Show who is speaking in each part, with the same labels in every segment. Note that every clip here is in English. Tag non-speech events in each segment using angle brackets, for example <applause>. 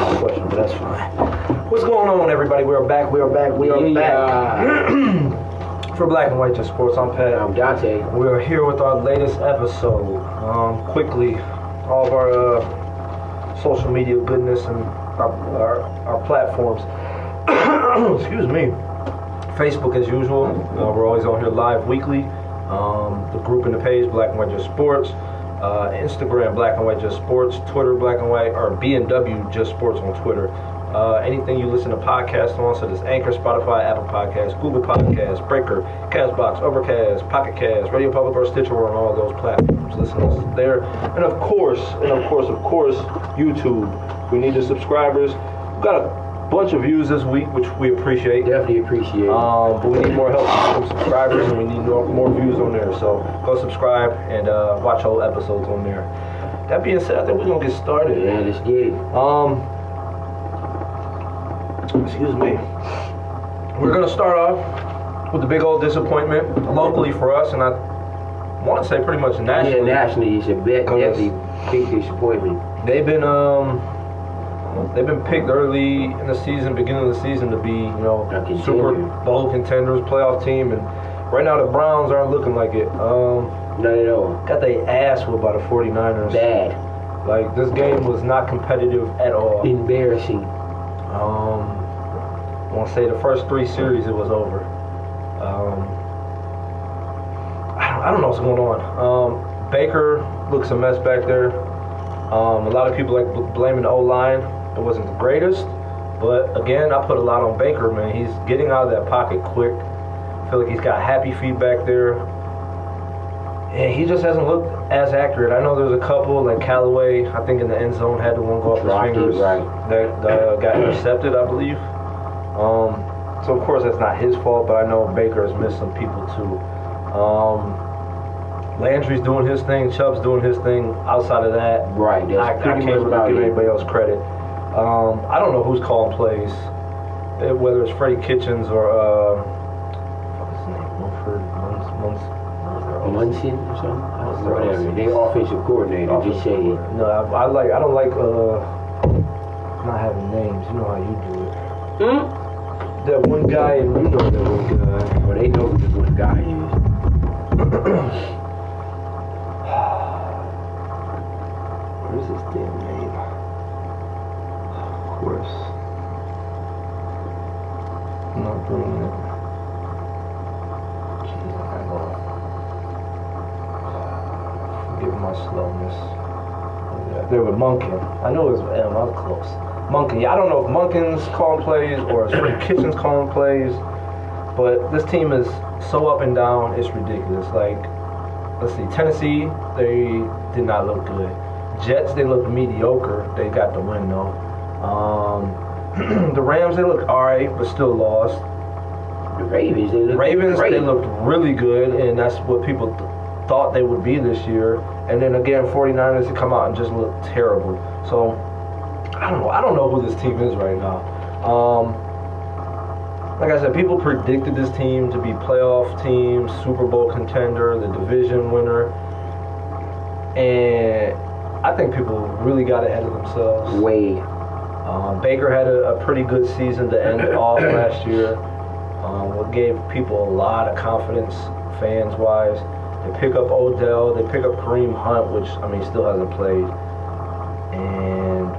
Speaker 1: that's fine. What's going on, everybody? We are back. We are back. We are
Speaker 2: Yeah.
Speaker 1: back <clears throat> for Black and White Just Sports. I'm Pat.
Speaker 2: I'm Dante.
Speaker 1: We are here with our latest episode. Um, quickly, all of our uh, social media goodness and our, our, our platforms. <coughs> Excuse me. Facebook, as usual. Uh, we're always on here live weekly. Um, the group and the page, Black and White Just Sports. Uh, Instagram, Black and White Just Sports. Twitter, Black and White, or BNW Just Sports on Twitter. Uh, anything you listen to podcasts on, so there's Anchor, Spotify, Apple Podcasts, Google Podcasts, Breaker, Castbox, Overcast, Pocket Cast, Radio Public, or Stitcher. We're on all those platforms. Listen to us there. And of course, and of course, of course, YouTube. We need the subscribers. We've got a bunch of views this week, which we appreciate.
Speaker 2: Definitely appreciate it.
Speaker 1: Um, but we need more help from subscribers, and we need more, more views on there. So go subscribe and uh, watch all episodes on there. That being said, I think we're gonna get started.
Speaker 2: yeah,
Speaker 1: man.
Speaker 2: let's get it.
Speaker 1: Um, excuse me. We're gonna start off with the big old disappointment locally for us, and I want to say pretty much nationally.
Speaker 2: Internationally, it's a bit,
Speaker 1: Cause-
Speaker 2: definitely big disappointment.
Speaker 1: They've been um they've been picked early in the season, beginning of the season to be, you know,
Speaker 2: A contender.
Speaker 1: Super Bowl contenders, playoff team and right now the Browns aren't looking like it. Um
Speaker 2: Not at all.
Speaker 1: got their ass whooped by the 49ers.
Speaker 2: Bad.
Speaker 1: Like this game was not competitive at all.
Speaker 2: Embarrassing.
Speaker 1: Um I want to say the first three series it was over. Um I don't, I don't know what's going on. Um Baker looks a mess back there. Um, a lot of people like bl- blaming the O line. It wasn't the greatest, but again, I put a lot on Baker. Man, he's getting out of that pocket quick. I feel like he's got happy feet back there, and he just hasn't looked as accurate. I know there's a couple like Callaway. I think in the end zone had the one go off his
Speaker 2: Dropped it,
Speaker 1: fingers
Speaker 2: right.
Speaker 1: that uh, got intercepted, I believe. Um, so of course that's not his fault, but I know Baker has missed some people too. Um, Landry's doing his thing, Chubb's doing his thing. Outside of that,
Speaker 2: Right. That's
Speaker 1: I, I
Speaker 2: pretty
Speaker 1: can't really
Speaker 2: much about
Speaker 1: give
Speaker 2: it.
Speaker 1: anybody else credit. Um, I don't know who's calling plays, eh, whether it's Freddie Kitchens or uh, what's his name, Mumford, Mums, Mums.
Speaker 2: Munson or something? I don't know,
Speaker 1: Whatever.
Speaker 2: Whatever. They offensive coordinator. Just say it.
Speaker 1: No, I, I like. I don't like uh, not having names. You know how you do it.
Speaker 2: Hmm?
Speaker 1: That one guy, and you know that uh, one guy.
Speaker 2: Well, they know who this one guy is.
Speaker 1: What is his damn name? Of course. I'm not bringing it. Jeez, I know. Forgive my slowness. They were Munkin. I know it was M. I was close. Munkin. Yeah, I don't know if Munkin's calling plays or if Freddie Kitchen's calling plays, but this team is so up and down. It's ridiculous. Like, let's see, Tennessee, they did not look good. Jets, they looked mediocre. They got the win though. Um, <clears throat> the Rams, they looked all right, but still lost.
Speaker 2: The Ravens, they look
Speaker 1: Ravens,
Speaker 2: great.
Speaker 1: they looked really good, and that's what people th- thought they would be this year. And then again, 49ers to come out and just look terrible. So I don't know. I don't know who this team is right now. Um, like I said, people predicted this team to be playoff team, Super Bowl contender, the division winner, and I think people really got ahead of themselves.
Speaker 2: way.
Speaker 1: Um, Baker had a, a pretty good season to end it off last year. Um, what gave people a lot of confidence, fans wise. They pick up Odell, they pick up Kareem Hunt, which I mean still hasn't played, and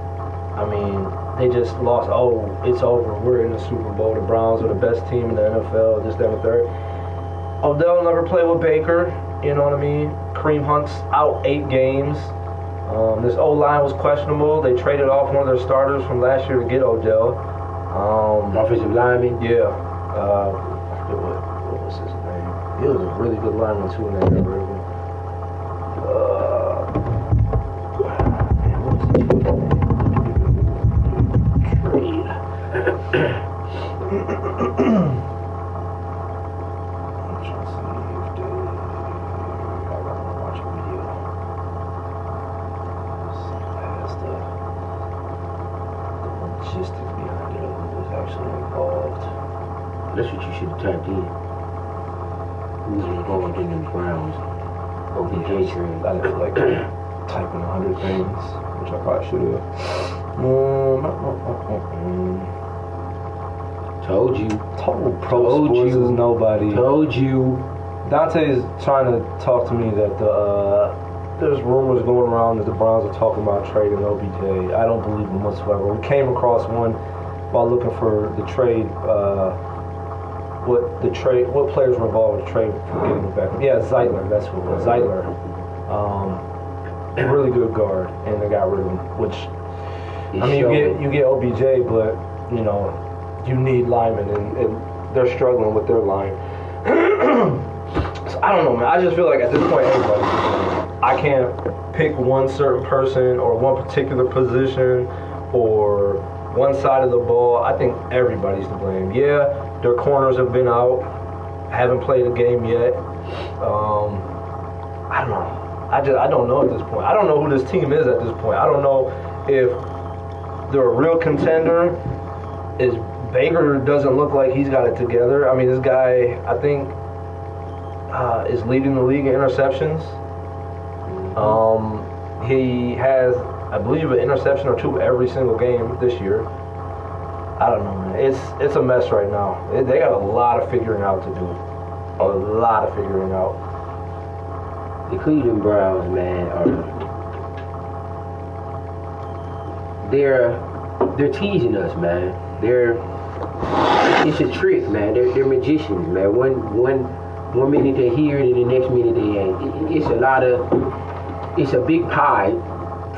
Speaker 1: I mean they just lost. Oh, it's over. We're in the Super Bowl. The Browns are the best team in the NFL. This, that, and the third. Odell never played with Baker. You know what I mean? Kareem Hunt's out eight games. Um, this O line was questionable. They traded off one of their starters from last year to get Odell. Um,
Speaker 2: Offensive lineman.
Speaker 1: yeah. Uh, it wa- what was his name? He was a really good lineman too in that river. Uh, man, what was his name?
Speaker 2: <coughs>
Speaker 1: Trade. I'm trying to see if they- I wanna watch a video. See if that has the- the logistics behind it, who was actually involved.
Speaker 2: That's what you should have typed in. Who's involved in the Browns? OBJ trade.
Speaker 1: I didn't feel like typing a hundred things, which I probably should have. Um,
Speaker 2: Told you.
Speaker 1: total pro
Speaker 2: Told
Speaker 1: sports
Speaker 2: you.
Speaker 1: is nobody.
Speaker 2: Told you.
Speaker 1: Dante's trying to talk to me that the, uh, there's rumors going around that the Browns are talking about trading OBJ. I don't believe them whatsoever. We came across one while looking for the trade. Uh, what the trade? What players were involved with the trade for getting Beckham? Yeah, Zeitler. That's what it was. Zeitler. Um, a really good guard, and they got rid of him. Which
Speaker 2: He
Speaker 1: I mean, you
Speaker 2: showed
Speaker 1: get
Speaker 2: it.
Speaker 1: you get OBJ, but you know, you need linemen, and, and they're struggling with their line. <clears throat> so I don't know, man. I just feel like at this point, everybody, I can't pick one certain person or one particular position or one side of the ball. I think everybody's to blame. Yeah, their corners have been out, haven't played a game yet. Um, I don't know. I just I don't know at this point. I don't know who this team is at this point. I don't know if they're a real contender. Is Baker doesn't look like he's got it together. I mean, this guy I think uh, is leading the league in interceptions. Um, he has I believe an interception or two every single game this year. I don't know, man. It's it's a mess right now. They- They got a lot of figuring out to do. A lot of figuring out.
Speaker 2: The Cleveland Browns, man, are they're they're teasing us, man. They're it's a trick, man. They're they're magicians, man. One one one minute they here and the next minute they ain't. It- It's a lot of it's a big pie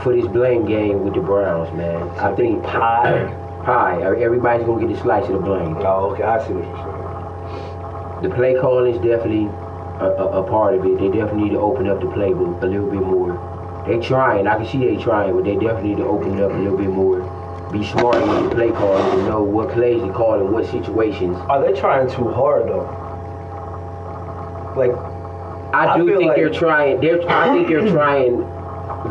Speaker 2: for this blame game with the Browns, man. I think
Speaker 1: pie?
Speaker 2: <clears throat> pie. Everybody's gonna get a slice of the blame.
Speaker 1: Oh, okay. I see what you're saying.
Speaker 2: The play calling is definitely a, a, a part of it. They definitely need to open up the playbook a little bit more. They trying. I can see they trying, but they definitely need to open it up a little bit more. Be smart with the play calling and know what plays to call in what situations.
Speaker 1: Are they trying too hard though? Like,
Speaker 2: I
Speaker 1: I
Speaker 2: do
Speaker 1: feel
Speaker 2: think
Speaker 1: like-
Speaker 2: they're trying. They're. I
Speaker 1: <clears throat>
Speaker 2: think they're trying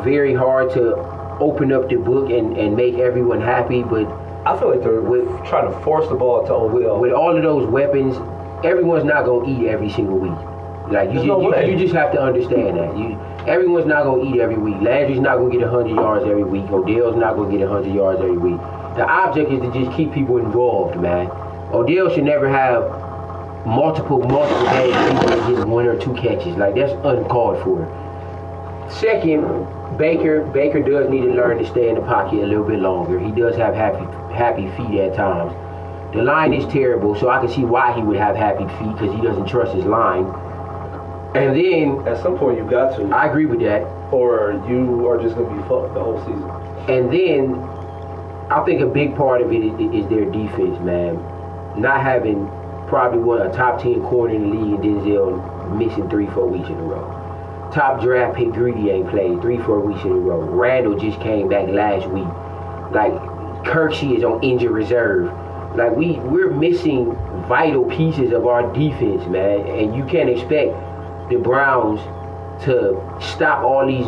Speaker 2: very hard to open up the book and, and make everyone happy. But
Speaker 1: I feel like they're
Speaker 2: With-
Speaker 1: trying to force the ball to
Speaker 2: with,
Speaker 1: Odell.
Speaker 2: with all of those weapons, everyone's not gonna eat every single week. Like
Speaker 1: There's
Speaker 2: you, just,
Speaker 1: no way.
Speaker 2: you, you just have to understand that. You, everyone's not gonna eat every week. Landry's not gonna get hundred yards every week. Odell's not gonna get hundred yards every week. The object is to just keep people involved, man. Odell should never have multiple, multiple games people are getting one or two catches. Like that's uncalled for. Second, Baker Baker does need to learn to stay in the pocket a little bit longer. He does have happy happy feet at times. The line is terrible, so I can see why he would have happy feet because he doesn't trust his line. And then
Speaker 1: At some point, you got to,
Speaker 2: I agree with that.
Speaker 1: or you are just gonna be fucked the whole season.
Speaker 2: And then I think a big part of it is, is their defense, man. Not having probably one a top ten corner in the league, and Denzel missing three, four weeks in a row. Top draft pick Greedy ain't played three, four weeks in a row. Randall just came back last week. Like Kirksey is on injured reserve. Like we we're missing vital pieces of our defense, man. And you can't expect the Browns to stop all these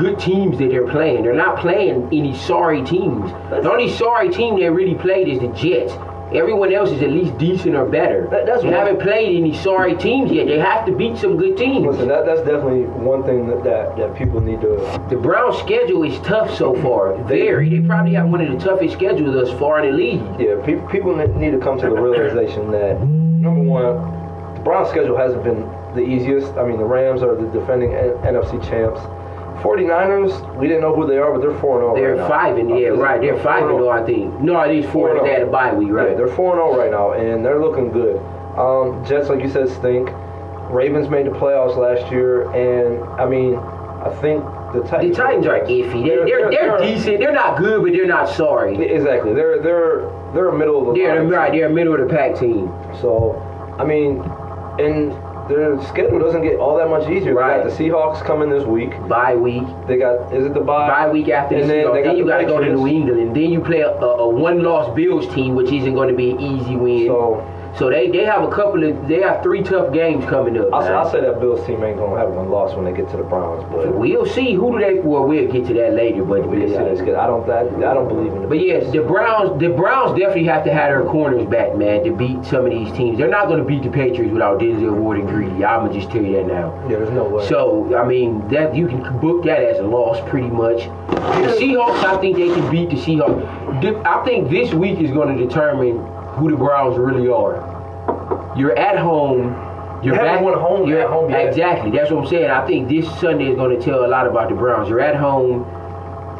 Speaker 2: good teams that they're playing. They're not playing any sorry teams. The only sorry team they really played is the Jets. Everyone else is at least decent or better.
Speaker 1: That- that's
Speaker 2: they
Speaker 1: one-
Speaker 2: haven't played any sorry teams yet. They have to beat some good teams.
Speaker 1: Listen, that, that's definitely one thing that, that, that people need to.
Speaker 2: The Browns' schedule is tough so far. Very. They probably have one of the toughest schedules thus far in the league.
Speaker 1: Yeah, pe- people ne- need to come to the realization that number one, the Browns' schedule hasn't been the easiest. I mean, the Rams are the defending N- NFC champs. 49ers, we didn't know who they are, but they're four and zero.
Speaker 2: They're
Speaker 1: right now.
Speaker 2: five and yeah, right. They're five and oh, I think. No, it is four and they had a bye week,
Speaker 1: Yeah,
Speaker 2: right?
Speaker 1: they're 4 0 right now, and they're looking good. Um, Jets, like you said, stink. Ravens made the playoffs last year, and I mean, I think the
Speaker 2: The
Speaker 1: Titans.
Speaker 2: Titans are iffy. They're they're, they're decent. They're not good, but they're not sorry.
Speaker 1: Exactly. They're they're they're a middle of the
Speaker 2: They're
Speaker 1: line.
Speaker 2: right. They're a middle of the pack team.
Speaker 1: So, I mean, and their schedule doesn't get all that much easier.
Speaker 2: Right.
Speaker 1: They got the Seahawks coming this week.
Speaker 2: Bye week.
Speaker 1: They got is it the bye?
Speaker 2: Bye week after the
Speaker 1: And then
Speaker 2: season.
Speaker 1: they
Speaker 2: Then,
Speaker 1: got
Speaker 2: you
Speaker 1: the
Speaker 2: got to go to
Speaker 1: Patriots.
Speaker 2: New England, and then you play a, a, a one-loss Bills team, which isn't going to be an easy win.
Speaker 1: So
Speaker 2: So they, they have a couple of they have three tough games coming up.
Speaker 1: I, say-
Speaker 2: man.
Speaker 1: I say that Bills team ain't gonna have one loss when they get to the Browns, but
Speaker 2: We'll see who do they well we'll get to that later, but
Speaker 1: we can see that's good. I don't I, I don't believe in the
Speaker 2: But yes, the Browns the Browns definitely have to have their corners back, man, to beat some of these teams. They're not gonna beat the Patriots without Denzel Ward and Greedy. I'ma just tell you that now.
Speaker 1: yeah, there's no way.
Speaker 2: So I mean that you can book that as a loss pretty much. The Seahawks, I think they can beat the Seahawks. Th- I think this week is going to determine who the Browns really are. You're at home. You're
Speaker 1: Haven't
Speaker 2: back,
Speaker 1: won home,
Speaker 2: you're-
Speaker 1: at home yet.
Speaker 2: Exactly. That's what I'm saying. I think this Sunday is going to tell a lot about the Browns. You're at home.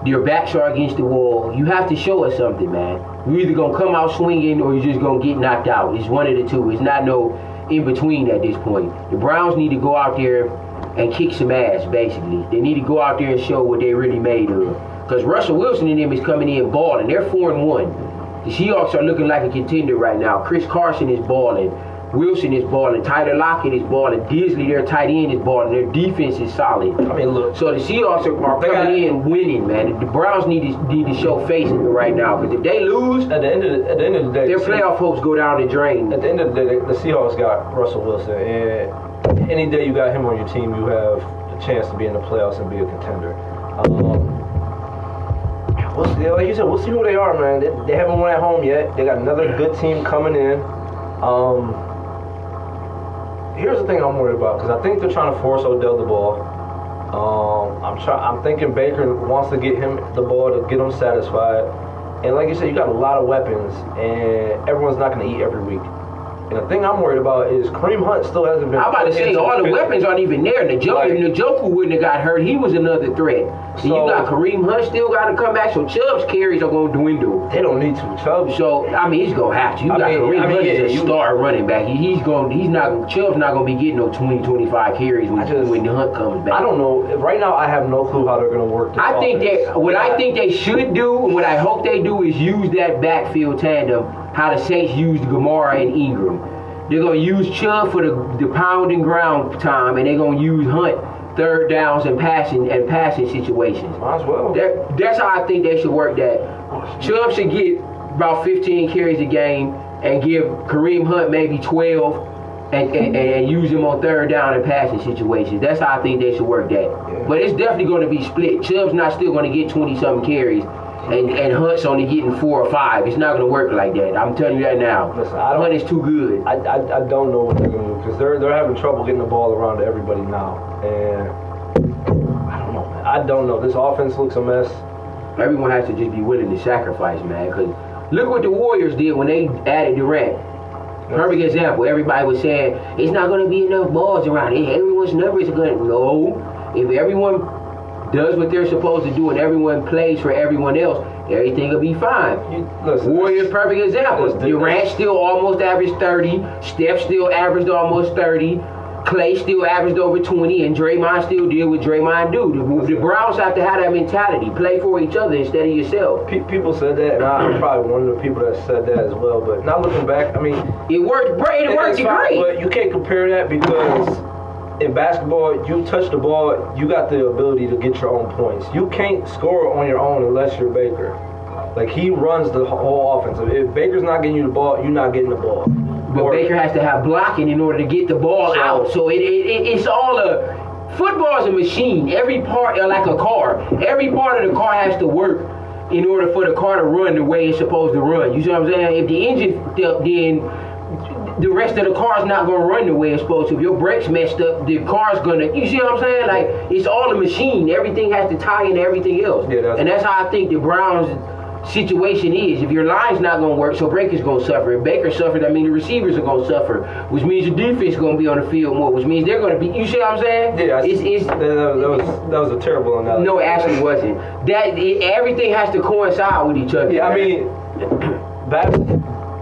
Speaker 2: Your backs are against the wall. You have to show us something, man. You're either gonna come out swinging or you're just gonna get knocked out. It's one of the two. It's not no in between at this point. The Browns need to go out there and kick some ass, basically. They need to go out there and show what they really made of. Because Russell Wilson and them is coming in balling. They're four and one. The Seahawks are looking like a contender right now. Chris Carson is balling. Wilson is balling. Tyler Lockett is balling. Disley, their tight end, is balling. Their defense is solid.
Speaker 1: I mean, look,
Speaker 2: So the Seahawks are, are
Speaker 1: They
Speaker 2: coming
Speaker 1: got-
Speaker 2: in winning, man. The Browns need to need to show face right now because if they lose,
Speaker 1: at the end of the, at the end of the day,
Speaker 2: their
Speaker 1: the Se-
Speaker 2: playoff hopes go down the drain.
Speaker 1: At the end of the day, the Seahawks got Russell Wilson, and any day you got him on your team, you have a chance to be in the playoffs and be a contender. Um, we'll see, like you said, we'll see who they are, man. They, they haven't won at home yet. They got another good team coming in. Um, here's the thing I'm worried about because I think they're trying to force Odell the ball. Um, I'm try- I'm thinking Baker wants to get him the ball to get him satisfied. And like you said, you got a lot of weapons, and everyone's not going to eat every week. And the thing I'm worried about is Kareem Hunt still hasn't been.
Speaker 2: I'm about to
Speaker 1: put
Speaker 2: say
Speaker 1: into
Speaker 2: all the
Speaker 1: fit.
Speaker 2: weapons aren't even there. Najoku,
Speaker 1: Like-
Speaker 2: Najoku wouldn't have got hurt. He was another threat. So,
Speaker 1: So-
Speaker 2: you got Kareem Hunt still got to come back. So Chubb's carries are going to dwindle.
Speaker 1: They don't need to. Chubb.
Speaker 2: So I mean, he's gonna have to. You
Speaker 1: I
Speaker 2: got
Speaker 1: mean-
Speaker 2: Kareem
Speaker 1: I mean,
Speaker 2: Hunt
Speaker 1: yeah,
Speaker 2: is a
Speaker 1: you-
Speaker 2: star running back. He, he's going. He's not. Chubb's not gonna be getting no 20, 25 carries when,
Speaker 1: I just-
Speaker 2: when Hunt comes back.
Speaker 1: I don't know. Right now, I have no clue how they're going to work. This
Speaker 2: I think
Speaker 1: offense.
Speaker 2: that what I think they should do, and what I hope they do, is use that backfield tandem how the Saints used Gamara and Ingram. They're gonna use Chubb for the, the pound and ground time, and they're gonna use Hunt third downs and passing and passing situations.
Speaker 1: Might as well.
Speaker 2: Oh, That, that's how I think they should work that. Chubb should get about 15 carries a game and give Kareem Hunt maybe 12 and, and, and use him on third down and passing situations. That's how I think they should work that. But it's definitely going to be split. Chubb's not still going to get 20 something carries. And, and Hunt's only getting four or five. It's not going to work like that. I'm telling you that now.
Speaker 1: Listen, I don't-
Speaker 2: Hunt is too good.
Speaker 1: I, I, I don't know what they're gonna do because they're they're having trouble getting the ball around to everybody now, and I don't know. man. I don't know. This offense looks a mess.
Speaker 2: Everyone has to just be willing to sacrifice, man. Because look what the Warriors did when they added Durant. Perfect example. Everybody was saying it's not going to be enough balls around. It. Everyone's numbers are going to no. If everyone does what they're supposed to do and everyone plays for everyone else, everything will be fine.
Speaker 1: You, listen,
Speaker 2: Warriors, perfect example.
Speaker 1: That's- that's-
Speaker 2: Durant still almost averaged 30. Steph still averaged almost 30. Clay still averaged over 20. And Draymond still did what Draymond do. The, the Browns have to have that mentality. Play for each other instead of yourself.
Speaker 1: pe- people said that, and I, I'm probably one of the people that said that as well. But now looking back, I mean,
Speaker 2: It worked great. It worked
Speaker 1: it's fine,
Speaker 2: great.
Speaker 1: But you can't compare that because in basketball, you touch the ball, you got the ability to get your own points. You can't score on your own unless you're Baker. Like he runs the whole offense. If Baker's not getting you the ball, you're not getting the ball.
Speaker 2: But
Speaker 1: Or-
Speaker 2: Baker has to have blocking in order to get the ball
Speaker 1: So-
Speaker 2: out. So it, it, it it's all a football is a machine. Every part uh, like a car. Every part of the car has to work in order for the car to run the way it's supposed to run. You see what I'm saying? If the engine fucked up, then the rest of the car's not gonna run the way it's supposed to. If your brakes messed up, the car's gonna. You see what I'm saying? Like it's all a machine. Everything has to tie into everything else.
Speaker 1: Yeah, that's-
Speaker 2: and that's how I think the Browns situation is. If your line's not gonna work, so Baker's gonna suffer. If Baker suffers, that means the receivers are gonna suffer, which means your defense gonna be on the field more, which means they're gonna be. You see what I'm saying?
Speaker 1: Yeah, I,
Speaker 2: it's, it's,
Speaker 1: that, that was, that was that was a terrible analogy.
Speaker 2: no, it actually wasn't. That it, everything has to coincide with each other.
Speaker 1: Yeah, I mean, bas-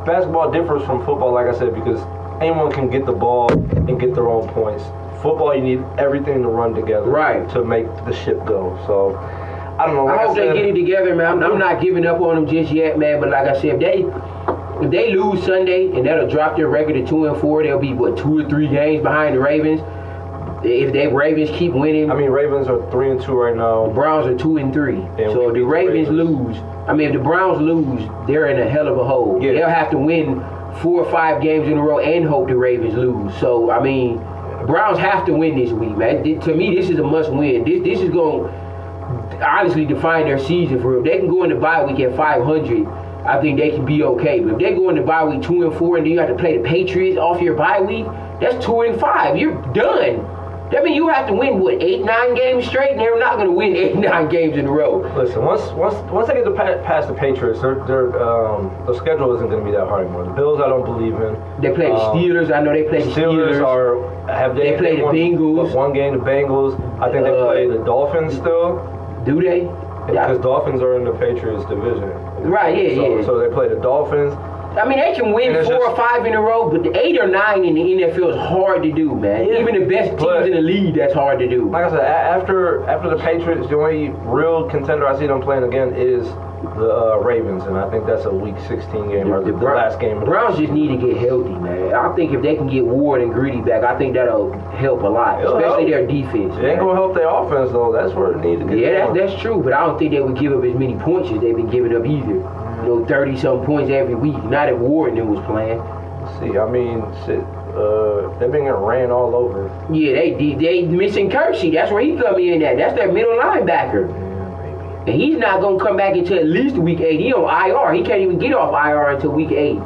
Speaker 1: basketball differs from football, like I said, because anyone can get the ball and get their own points. Football, you need everything to run together,
Speaker 2: Right.
Speaker 1: to make the ship go. So, I don't know. Like
Speaker 2: I hope
Speaker 1: said,
Speaker 2: they get it together, man. I'm, I'm not giving up on them just yet, man. But like I said, if they if they lose Sunday and that'll drop their record to two and four, they'll be what two or three games behind the Ravens. If they Ravens keep winning,
Speaker 1: I mean, Ravens are three and two right
Speaker 2: The
Speaker 1: now.
Speaker 2: Browns are two and three.
Speaker 1: Yeah,
Speaker 2: so
Speaker 1: we
Speaker 2: if the
Speaker 1: beat the
Speaker 2: Ravens
Speaker 1: Ravens.
Speaker 2: lose, I mean if the Browns lose, they're in a hell of a hole.
Speaker 1: Yeah.
Speaker 2: They'll have to win four or five games in a row and hope the Ravens lose. So I mean, Browns have to win this week, man. Th- To me, this is a must win. This this is going to honestly define their season for them. They can go in the bye week at 500. I think they can be okay. But if they go in the bye week two and four, and then you have to play the Patriots off your bye week, that's two and five. You're done. That means you have to win what eight, nine games straight, and they're not going to win eight, <laughs> nine games in a row.
Speaker 1: Listen, once once once they get to pa- past the Patriots, their their um their schedule isn't going to be that hard anymore. The Bills, I don't believe in.
Speaker 2: They play the
Speaker 1: Um,
Speaker 2: Steelers. I know they play the
Speaker 1: Steelers,
Speaker 2: Steelers.
Speaker 1: are have they,
Speaker 2: They play the
Speaker 1: won-
Speaker 2: Bengals.
Speaker 1: One game, the Bengals. I think they
Speaker 2: Uh,
Speaker 1: play the Dolphins still
Speaker 2: Do they?
Speaker 1: because Dolphins are in the Patriots division.
Speaker 2: Right, yeah,
Speaker 1: so,
Speaker 2: yeah.
Speaker 1: So they play the Dolphins.
Speaker 2: I mean, they can win
Speaker 1: And
Speaker 2: four
Speaker 1: it's just-
Speaker 2: or five in a row, but the eight or nine in the NFL is hard to do, man.
Speaker 1: Yeah.
Speaker 2: Even the best teams
Speaker 1: But-
Speaker 2: in the league, that's hard to do.
Speaker 1: Like I said, a- after after the Patriots, the only real contender I see them playing again is the uh, Ravens, and I think that's a Week 16 game or the,
Speaker 2: Brown-
Speaker 1: last game.
Speaker 2: Browns just need to get healthy, man. I think if they can get Ward and Greedy back, I think that'll help a lot,
Speaker 1: It'll
Speaker 2: especially their
Speaker 1: help.
Speaker 2: defense.
Speaker 1: It ain't
Speaker 2: man.
Speaker 1: gonna help their offense though. That's where it needs to get.
Speaker 2: Yeah,
Speaker 1: going.
Speaker 2: that's, that's true, but I don't think they would give up as many points as they've been giving up either. You know, 30 something points every week. Not if Ward and them was playing.
Speaker 1: See, I mean, shit, uh, they've been getting ran all over.
Speaker 2: Yeah, they they, they missing Kersey. That's where he come in at. That's their middle linebacker.
Speaker 1: Yeah,
Speaker 2: And he's not gonna come back until at least week eight. He on IR. He can't even get off IR until week eight.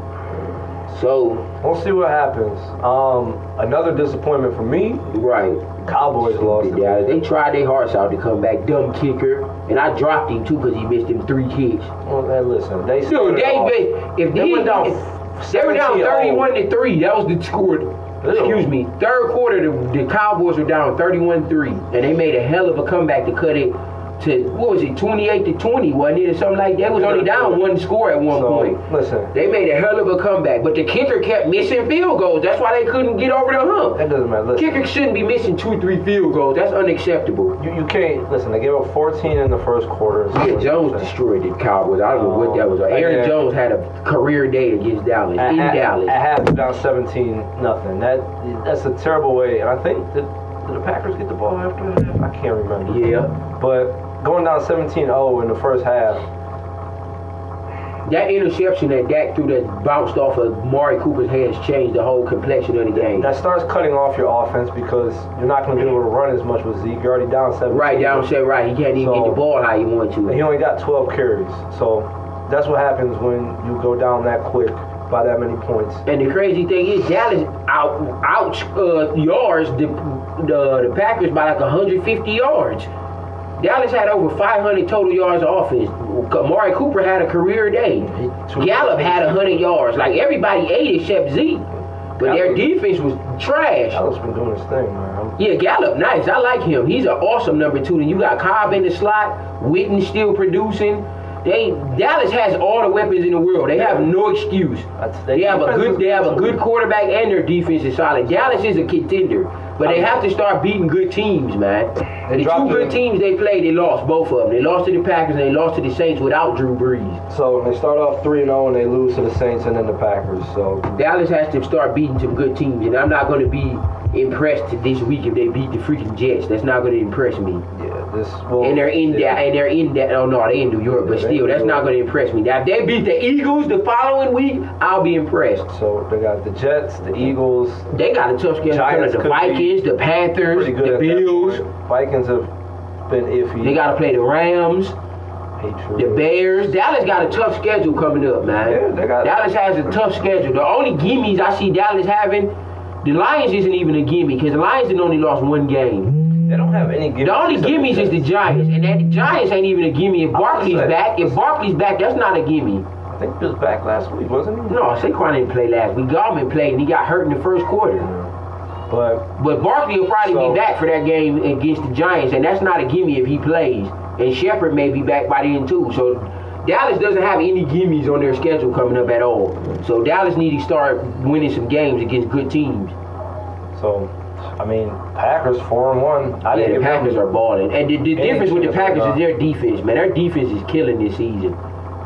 Speaker 2: So
Speaker 1: maybe. We'll see what happens. Um, another disappointment for me.
Speaker 2: right.
Speaker 1: Cowboys lost. to-
Speaker 2: Yeah, they tried their hearts out to come back. Dumb kicker, and I dropped him too because he missed him three kicks.
Speaker 1: Well, hey, listen, they
Speaker 2: Dude,
Speaker 1: started
Speaker 2: they
Speaker 1: off-
Speaker 2: they- if
Speaker 1: They
Speaker 2: they,
Speaker 1: went down
Speaker 2: if they were down
Speaker 1: 17-0.
Speaker 2: thirty-one to three. That was the score. Excuse me. Third quarter, the, the Cowboys were down thirty-one-three, and they made a hell of a comeback to cut it to what was it, twenty-eight to twenty, wasn't it, or something like that? It was only down one score at one
Speaker 1: So,
Speaker 2: point.
Speaker 1: listen,
Speaker 2: They made a hell of a comeback, but the kicker kept missing field goals. That's why they couldn't get over the hump.
Speaker 1: that doesn't matter. Listen,
Speaker 2: Kicker shouldn't be missing two, three field goals. That's unacceptable.
Speaker 1: you, you can't listen. They gave up 14 in the first quarter.
Speaker 2: Yeah, Jones destroyed the Cowboys. I don't know what that was. Aaron
Speaker 1: Yeah.
Speaker 2: Jones had a career day against Dallas
Speaker 1: at
Speaker 2: in
Speaker 1: half,
Speaker 2: Dallas.
Speaker 1: At half, they're down 17, nothing. That that's a terrible way. And I think did, did the Packers get the ball after half? I can't remember.
Speaker 2: yeah,
Speaker 1: But going down 17-0 in the first half,
Speaker 2: that interception that Dak threw that bounced off of Mari Cooper's hands changed the whole complexion of the game.
Speaker 1: that starts cutting off your offense because you're not going to be able to run as much with Zeke. You're already down 17.
Speaker 2: Right down, said right. He can't even get the
Speaker 1: So-
Speaker 2: ball how he want
Speaker 1: And he
Speaker 2: to.
Speaker 1: only got 12 carries. So that's what happens when you go down that quick by that many points.
Speaker 2: And the crazy thing is, Dallas out out uh, yards the, the the Packers by like 150 yards. Dallas had over 500 total yards of offense. Amari Cooper had a career day. Gallup had 100 yards. Like everybody ate except Zeke. But their
Speaker 1: Gallup-
Speaker 2: defense was trash.
Speaker 1: Gallup's been doing his thing, man.
Speaker 2: Yeah, Gallup, nice. I like him. He's an awesome number two. And you got Cobb in the slot. Witten still producing. They Dallas has all the weapons in the world. They have no excuse.
Speaker 1: That's-
Speaker 2: They have a
Speaker 1: defense
Speaker 2: good
Speaker 1: is-
Speaker 2: they have a good quarterback and their defense is solid. Dallas is a contender, but they have to start beating good teams, man. The two
Speaker 1: dropped
Speaker 2: good
Speaker 1: them.
Speaker 2: teams they played, they lost both of them. They lost to the Packers and they lost to the Saints without Drew Brees.
Speaker 1: So they start off 3 and 0 and they lose to the Saints and then the Packers. So
Speaker 2: Dallas has to start beating some good teams, and I'm not going to be impressed this week if they beat the freaking Jets. That's not going to impress me.
Speaker 1: yeah, this will
Speaker 2: And they're in
Speaker 1: yeah.
Speaker 2: that, and they're in that. Oh no, they in New York, but
Speaker 1: Yeah, they
Speaker 2: still,
Speaker 1: in
Speaker 2: that's
Speaker 1: New
Speaker 2: not
Speaker 1: York.
Speaker 2: going to impress me. Now, if they beat the Eagles the following week, I'll be impressed.
Speaker 1: So they got the Jets, the Eagles,
Speaker 2: They got a tough schedule. in front of
Speaker 1: Giants
Speaker 2: the
Speaker 1: could be
Speaker 2: Vikings, the Panthers,
Speaker 1: pretty good.
Speaker 2: the
Speaker 1: at that
Speaker 2: Bills.
Speaker 1: point. Vikings have been iffy.
Speaker 2: They got to play the Rams, the
Speaker 1: Patriots.
Speaker 2: Bears. Dallas got a tough schedule coming up, man.
Speaker 1: Yeah, they got-
Speaker 2: Dallas has a tough schedule. The only gimmies I see Dallas having, the Lions isn't even a gimme because the Lions did only lost one game.
Speaker 1: They don't have any gimmies.
Speaker 2: The only
Speaker 1: except
Speaker 2: gimmies is the
Speaker 1: Jets.
Speaker 2: Giants, and that Giants ain't even a gimme. If
Speaker 1: was
Speaker 2: Barkley's
Speaker 1: saying-
Speaker 2: back, if Barkley's back, that's not a gimme.
Speaker 1: I think he was back last week, wasn't he?
Speaker 2: No, Saquon didn't play last week. Gallman played and he got hurt in the first quarter.
Speaker 1: But
Speaker 2: But Barkley will probably
Speaker 1: So-
Speaker 2: be back for that game against the Giants, and that's not a gimme if he plays. And Shepard may be back by then too. So Dallas doesn't have any gimmies on their schedule coming up at all. So Dallas need to start winning some games against good teams.
Speaker 1: so, I mean, Packers four and one. I
Speaker 2: Yeah,
Speaker 1: didn't
Speaker 2: the
Speaker 1: give
Speaker 2: Packers
Speaker 1: them-
Speaker 2: are balling, and the, the
Speaker 1: Any
Speaker 2: difference with the
Speaker 1: chance at
Speaker 2: Packers
Speaker 1: all.
Speaker 2: is their defense. Man, their defense is killing this season.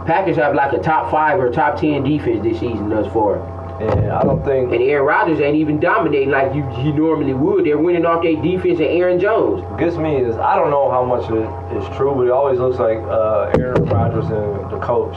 Speaker 2: Packers have like a top five or top ten defense this season thus far.
Speaker 1: And I don't think
Speaker 2: And Aaron Rodgers ain't even dominating like you, you normally would. They're winning off their defense and Aaron Jones.
Speaker 1: gets me is I don't know how much of it is true, but it always looks like uh, Aaron Rodgers and the coach,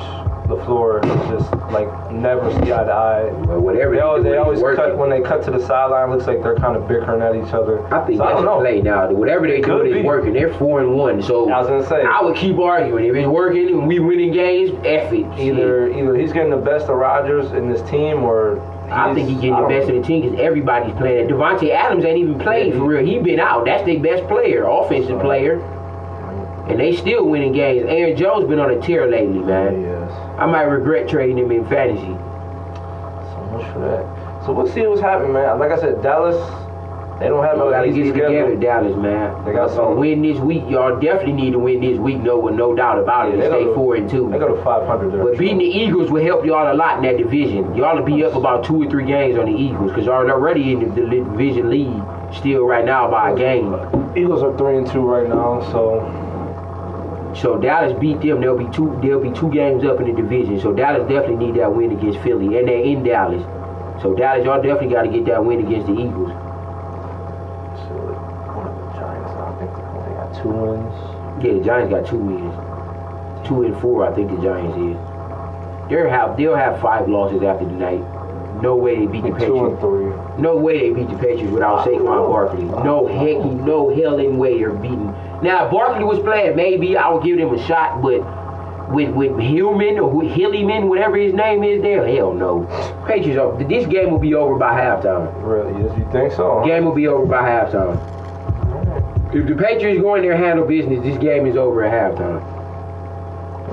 Speaker 1: Lafleur, just like never see eye to eye.
Speaker 2: But whatever
Speaker 1: They always,
Speaker 2: do,
Speaker 1: they
Speaker 2: he's
Speaker 1: always
Speaker 2: working.
Speaker 1: cut when they cut to the sideline. Looks like they're kind of bickering at each other.
Speaker 2: I think
Speaker 1: so I
Speaker 2: that's
Speaker 1: don't
Speaker 2: the
Speaker 1: know.
Speaker 2: play now. Whatever they do
Speaker 1: Could
Speaker 2: is
Speaker 1: be.
Speaker 2: working. They're four and one. So
Speaker 1: I was gonna say.
Speaker 2: I would keep arguing. If it's working and we winning games, F it. Shit.
Speaker 1: Either either he's getting the best of Rodgers in this team, or
Speaker 2: I think he's getting the best of the team because everybody's playing. Devontae Adams ain't even played for real. He been out. That's their best player, offensive player. And they still winning games. Aaron Jones been on a tear lately, man.
Speaker 1: Yes,
Speaker 2: I might regret trading him in fantasy.
Speaker 1: so much for that. So we'll see what's happening, man. Like I said, Dallas, they don't have
Speaker 2: Y'all
Speaker 1: no
Speaker 2: Oh, gotta
Speaker 1: easy
Speaker 2: get it
Speaker 1: schedule.
Speaker 2: together, Dallas, man.
Speaker 1: They got some-
Speaker 2: win this week. Y'all definitely need to win this week, no no doubt about it.
Speaker 1: Yeah, they
Speaker 2: stay
Speaker 1: gotta-
Speaker 2: four and two.
Speaker 1: They go to 500. there.
Speaker 2: But beating the Eagles will help y'all a lot in that division. Y'all will be up about two or three games on the Eagles because y'all already in the the division lead still right now by a game.
Speaker 1: Eagles are three and two right now, so
Speaker 2: So Dallas beat them. They'll be two. They'll be two games up in the division. So Dallas definitely need that win against Philly, and they're in Dallas. So Dallas, y'all definitely got to get that win against the Eagles.
Speaker 1: So, one of the Giants, I think they got two wins.
Speaker 2: Yeah, the Giants got two wins, two and four. I think the Giants is. They'll have they'll have five losses after tonight. No way they beat the
Speaker 1: Two and
Speaker 2: Patriots.
Speaker 1: three.
Speaker 2: No way they beat the Patriots without Saquon Barkley. No heck, no hell in way they're beating. Now, if Barkley was playing, maybe I would give them a shot, but with with Hillman or with Hillyman, whatever his name is, there, hell no. Patriots, are, this game will be over by halftime.
Speaker 1: Really? Yes, you think so?
Speaker 2: Game will be over by halftime. If the Patriots go in there and handle business, this game is over at halftime.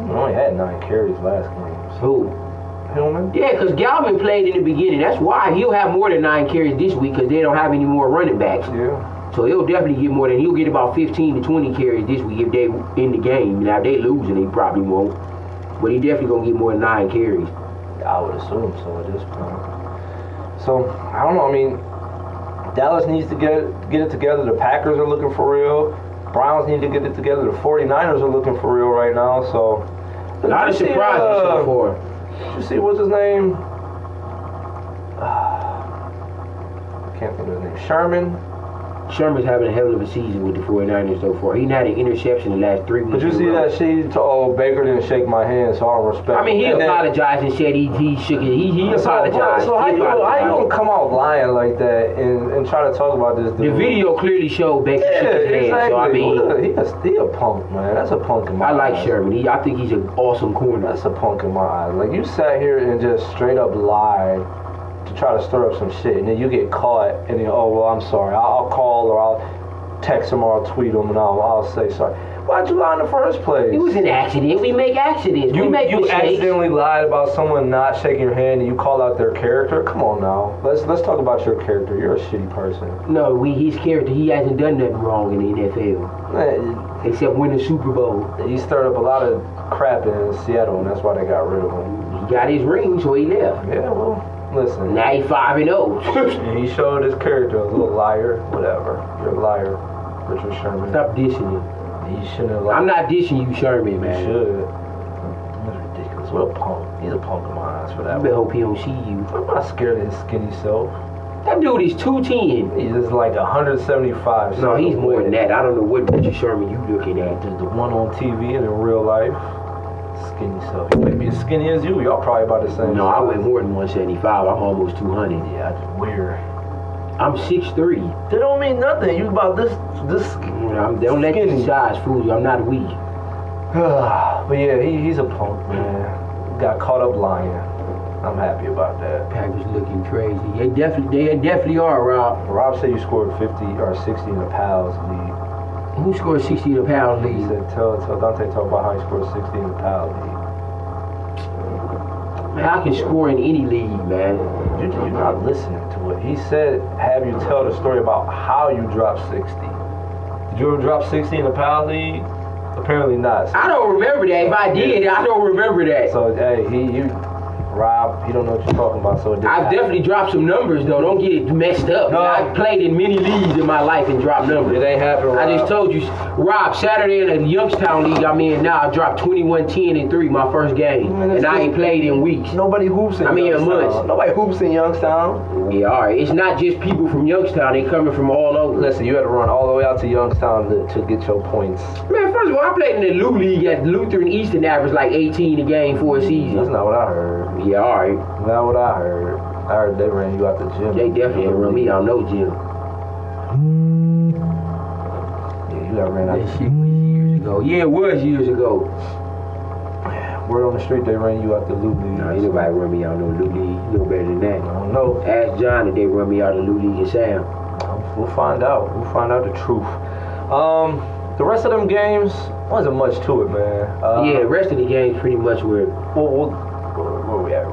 Speaker 1: He only had nine carries last game.
Speaker 2: Who?
Speaker 1: So, Hillman?
Speaker 2: Yeah, because Galvin played in the beginning. That's why he'll have more than nine carries this week because they don't have any more running backs.
Speaker 1: Yeah.
Speaker 2: So he'll definitely get more than he'll get about 15 to 20 carries this week if they in the game. Now if they losing, he probably won't. But he definitely gonna get more than nine carries.
Speaker 1: I would assume so at this point. So, I don't know. I mean, Dallas needs to get get it together. The Packers are looking for real. Browns need to get it together. The 49ers are looking for real right now. So,
Speaker 2: A lot of
Speaker 1: Did you see,
Speaker 2: surprises
Speaker 1: uh,
Speaker 2: so far.
Speaker 1: Did you see what's his name? I can't think of his name. Sherman.
Speaker 2: Sherman's having a hell of a season with the 49ers so far. He had an interception the last three
Speaker 1: But
Speaker 2: weeks.
Speaker 1: you
Speaker 2: in a
Speaker 1: see
Speaker 2: row.
Speaker 1: that she told Baker didn't shake my hand, so I don't respect.
Speaker 2: I mean, he
Speaker 1: him. And then-
Speaker 2: apologized and said he, he shook it. He,
Speaker 1: So,
Speaker 2: he apologized.
Speaker 1: So how
Speaker 2: He
Speaker 1: you gonna- how you gonna
Speaker 2: apologized.
Speaker 1: come out lying like that and, and try to talk about this dude?
Speaker 2: The video clearly showed Baker
Speaker 1: Yeah,
Speaker 2: shook his hand.
Speaker 1: exactly.
Speaker 2: So I mean,
Speaker 1: Look, he a, he a punk, man. That's a punk in my.
Speaker 2: I like
Speaker 1: eyes.
Speaker 2: Sherman. He, I think he's an awesome corner.
Speaker 1: That's a punk in my eyes. Like you sat here and just straight up lied to try to stir up some shit, and then you get caught, and then oh well, I'm sorry. I'll, I'll call or I'll text him or I'll tweet him and I'll, I'll say sorry. Why'd you lie in the first place?
Speaker 2: It was an accident. We make accidents.
Speaker 1: You,
Speaker 2: we make
Speaker 1: you
Speaker 2: mistakes.
Speaker 1: accidentally lied about someone not shaking your hand and you call out their character? Come on now. Let's let's talk about your character. You're a shitty person.
Speaker 2: No, we, his character, he hasn't done nothing wrong in the NFL
Speaker 1: Man,
Speaker 2: except win the Super Bowl.
Speaker 1: He stirred up a lot of crap in Seattle and that's why they got rid of him.
Speaker 2: He got his ring, so he left.
Speaker 1: Yeah, well, listen.
Speaker 2: Now he five and oh. zero.
Speaker 1: He showed his character a little liar, whatever. You're a liar, Richard Sherman.
Speaker 2: Stop dissing him.
Speaker 1: He shouldn't have lied.
Speaker 2: I'm not dissing you, Sherman,
Speaker 1: He
Speaker 2: man.
Speaker 1: should. That's ridiculous. What a punk. He's a punk in my eyes for
Speaker 2: I
Speaker 1: that.
Speaker 2: better hope he don't see you.
Speaker 1: I'm not scared of his skinny self.
Speaker 2: That dude is two ten.
Speaker 1: He's just like 175.
Speaker 2: No, he's more than that. I don't know what Richard Sherman you looking at.
Speaker 1: There's the one on TV and in real life. Skinny self. He might be as skinny as you. Y'all probably about the same.
Speaker 2: No, I
Speaker 1: size.
Speaker 2: weigh more than 175. I'm almost 200.
Speaker 1: Yeah, that's weird.
Speaker 2: I'm 6'3.
Speaker 1: That don't mean nothing. You about this this.
Speaker 2: I'm, don't let
Speaker 1: Skinny.
Speaker 2: your size fool you. I'm not weak.
Speaker 1: <sighs> but yeah, he, he's a punk man. Got caught up lying. I'm happy about that.
Speaker 2: Packers looking crazy. They definitely, they definitely are, Rob.
Speaker 1: Rob said you scored 50 or 60 in the pals league.
Speaker 2: Who scored 60 in a pound
Speaker 1: He
Speaker 2: lead?
Speaker 1: said tell tell Dante talk about how he scored 60 in the pals league.
Speaker 2: Man, I can score in any league, man.
Speaker 1: You you not listening to it. He said have you tell the story about how you dropped 60. Did you ever drop 60 in the pal league? Apparently not.
Speaker 2: I don't remember that. If I did, I don't remember that.
Speaker 1: So hey, he you Rob, you don't know what you're talking about, so it didn't
Speaker 2: I've
Speaker 1: happen.
Speaker 2: definitely dropped some numbers though. Don't get it messed up.
Speaker 1: No.
Speaker 2: I've played in many leagues in my life and dropped numbers.
Speaker 1: It ain't happening, Rob.
Speaker 2: I just told you, Rob, Saturday in the Youngstown League I'm in now, I dropped 21, 10, and 3 my first game.
Speaker 1: Man, that's
Speaker 2: and I
Speaker 1: good.
Speaker 2: ain't played in weeks.
Speaker 1: Nobody hoops in
Speaker 2: I mean, in
Speaker 1: Youngstown.
Speaker 2: months.
Speaker 1: Nobody hoops in Youngstown.
Speaker 2: Yeah, all right. It's not just people from Youngstown, they coming from all over.
Speaker 1: Listen, you had to run all the way out to Youngstown to, to get your points.
Speaker 2: Man, first of all, I played in the Lou League at Lutheran Eastern average like 18 a game for a
Speaker 1: That's
Speaker 2: season.
Speaker 1: not what I heard.
Speaker 2: Yeah, all right.
Speaker 1: Not what I heard. I heard they ran you out the gym.
Speaker 2: They definitely run me out no gym.
Speaker 1: Yeah, you got ran out.
Speaker 2: shit was years ago. Yeah, it was years ago.
Speaker 1: Word on the street, they ran you out the loop. dude.
Speaker 2: Nah, ain't nobody run me out no Lou League. You know better than
Speaker 1: I
Speaker 2: that.
Speaker 1: don't know.
Speaker 2: Ask John if they run me out of Lou League and Sam.
Speaker 1: We'll find out. We'll find out the truth. Um, the rest of them games wasn't much to it, man. Uh,
Speaker 2: yeah, the rest of the games pretty much were. hmm?
Speaker 1: Well, well, where we at?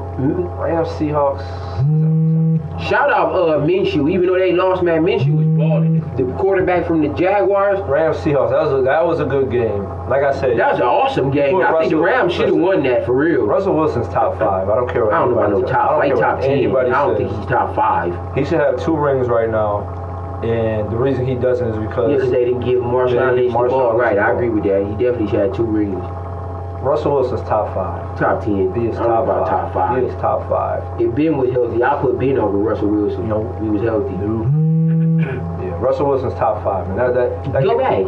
Speaker 1: Rams, Seahawks.
Speaker 2: Shout out uh, Minshew. Even though they lost, man, Minshew was balling. The quarterback from the Jaguars.
Speaker 1: Rams, Seahawks. That was a, that was a good game. Like I said,
Speaker 2: That was an awesome game. I think the Rams should have won that for real.
Speaker 1: Russell Wilson's top five. I don't care. What
Speaker 2: I don't know about no
Speaker 1: anybody says.
Speaker 2: top
Speaker 1: I
Speaker 2: five,
Speaker 1: don't care
Speaker 2: top
Speaker 1: what
Speaker 2: ten. I
Speaker 1: anybody
Speaker 2: don't
Speaker 1: says.
Speaker 2: think he's top five.
Speaker 1: He should have two rings right now, and the reason he doesn't is
Speaker 2: Yeah,
Speaker 1: because
Speaker 2: 'cause they didn't give Marshawn
Speaker 1: They
Speaker 2: Lynch
Speaker 1: didn't give
Speaker 2: the ball.
Speaker 1: Marshawn
Speaker 2: Right, I
Speaker 1: Lynch
Speaker 2: agree with that. He definitely should have two rings.
Speaker 1: Russell Wilson's top five.
Speaker 2: Top ten.
Speaker 1: He is
Speaker 2: I don't know
Speaker 1: top five.
Speaker 2: about top five.
Speaker 1: He is top five.
Speaker 2: If Ben was healthy, I put Ben over Russell Wilson.
Speaker 1: Nope.
Speaker 2: he was healthy.
Speaker 1: Yeah, Russell Wilson's top five, and that that, that
Speaker 2: Go back.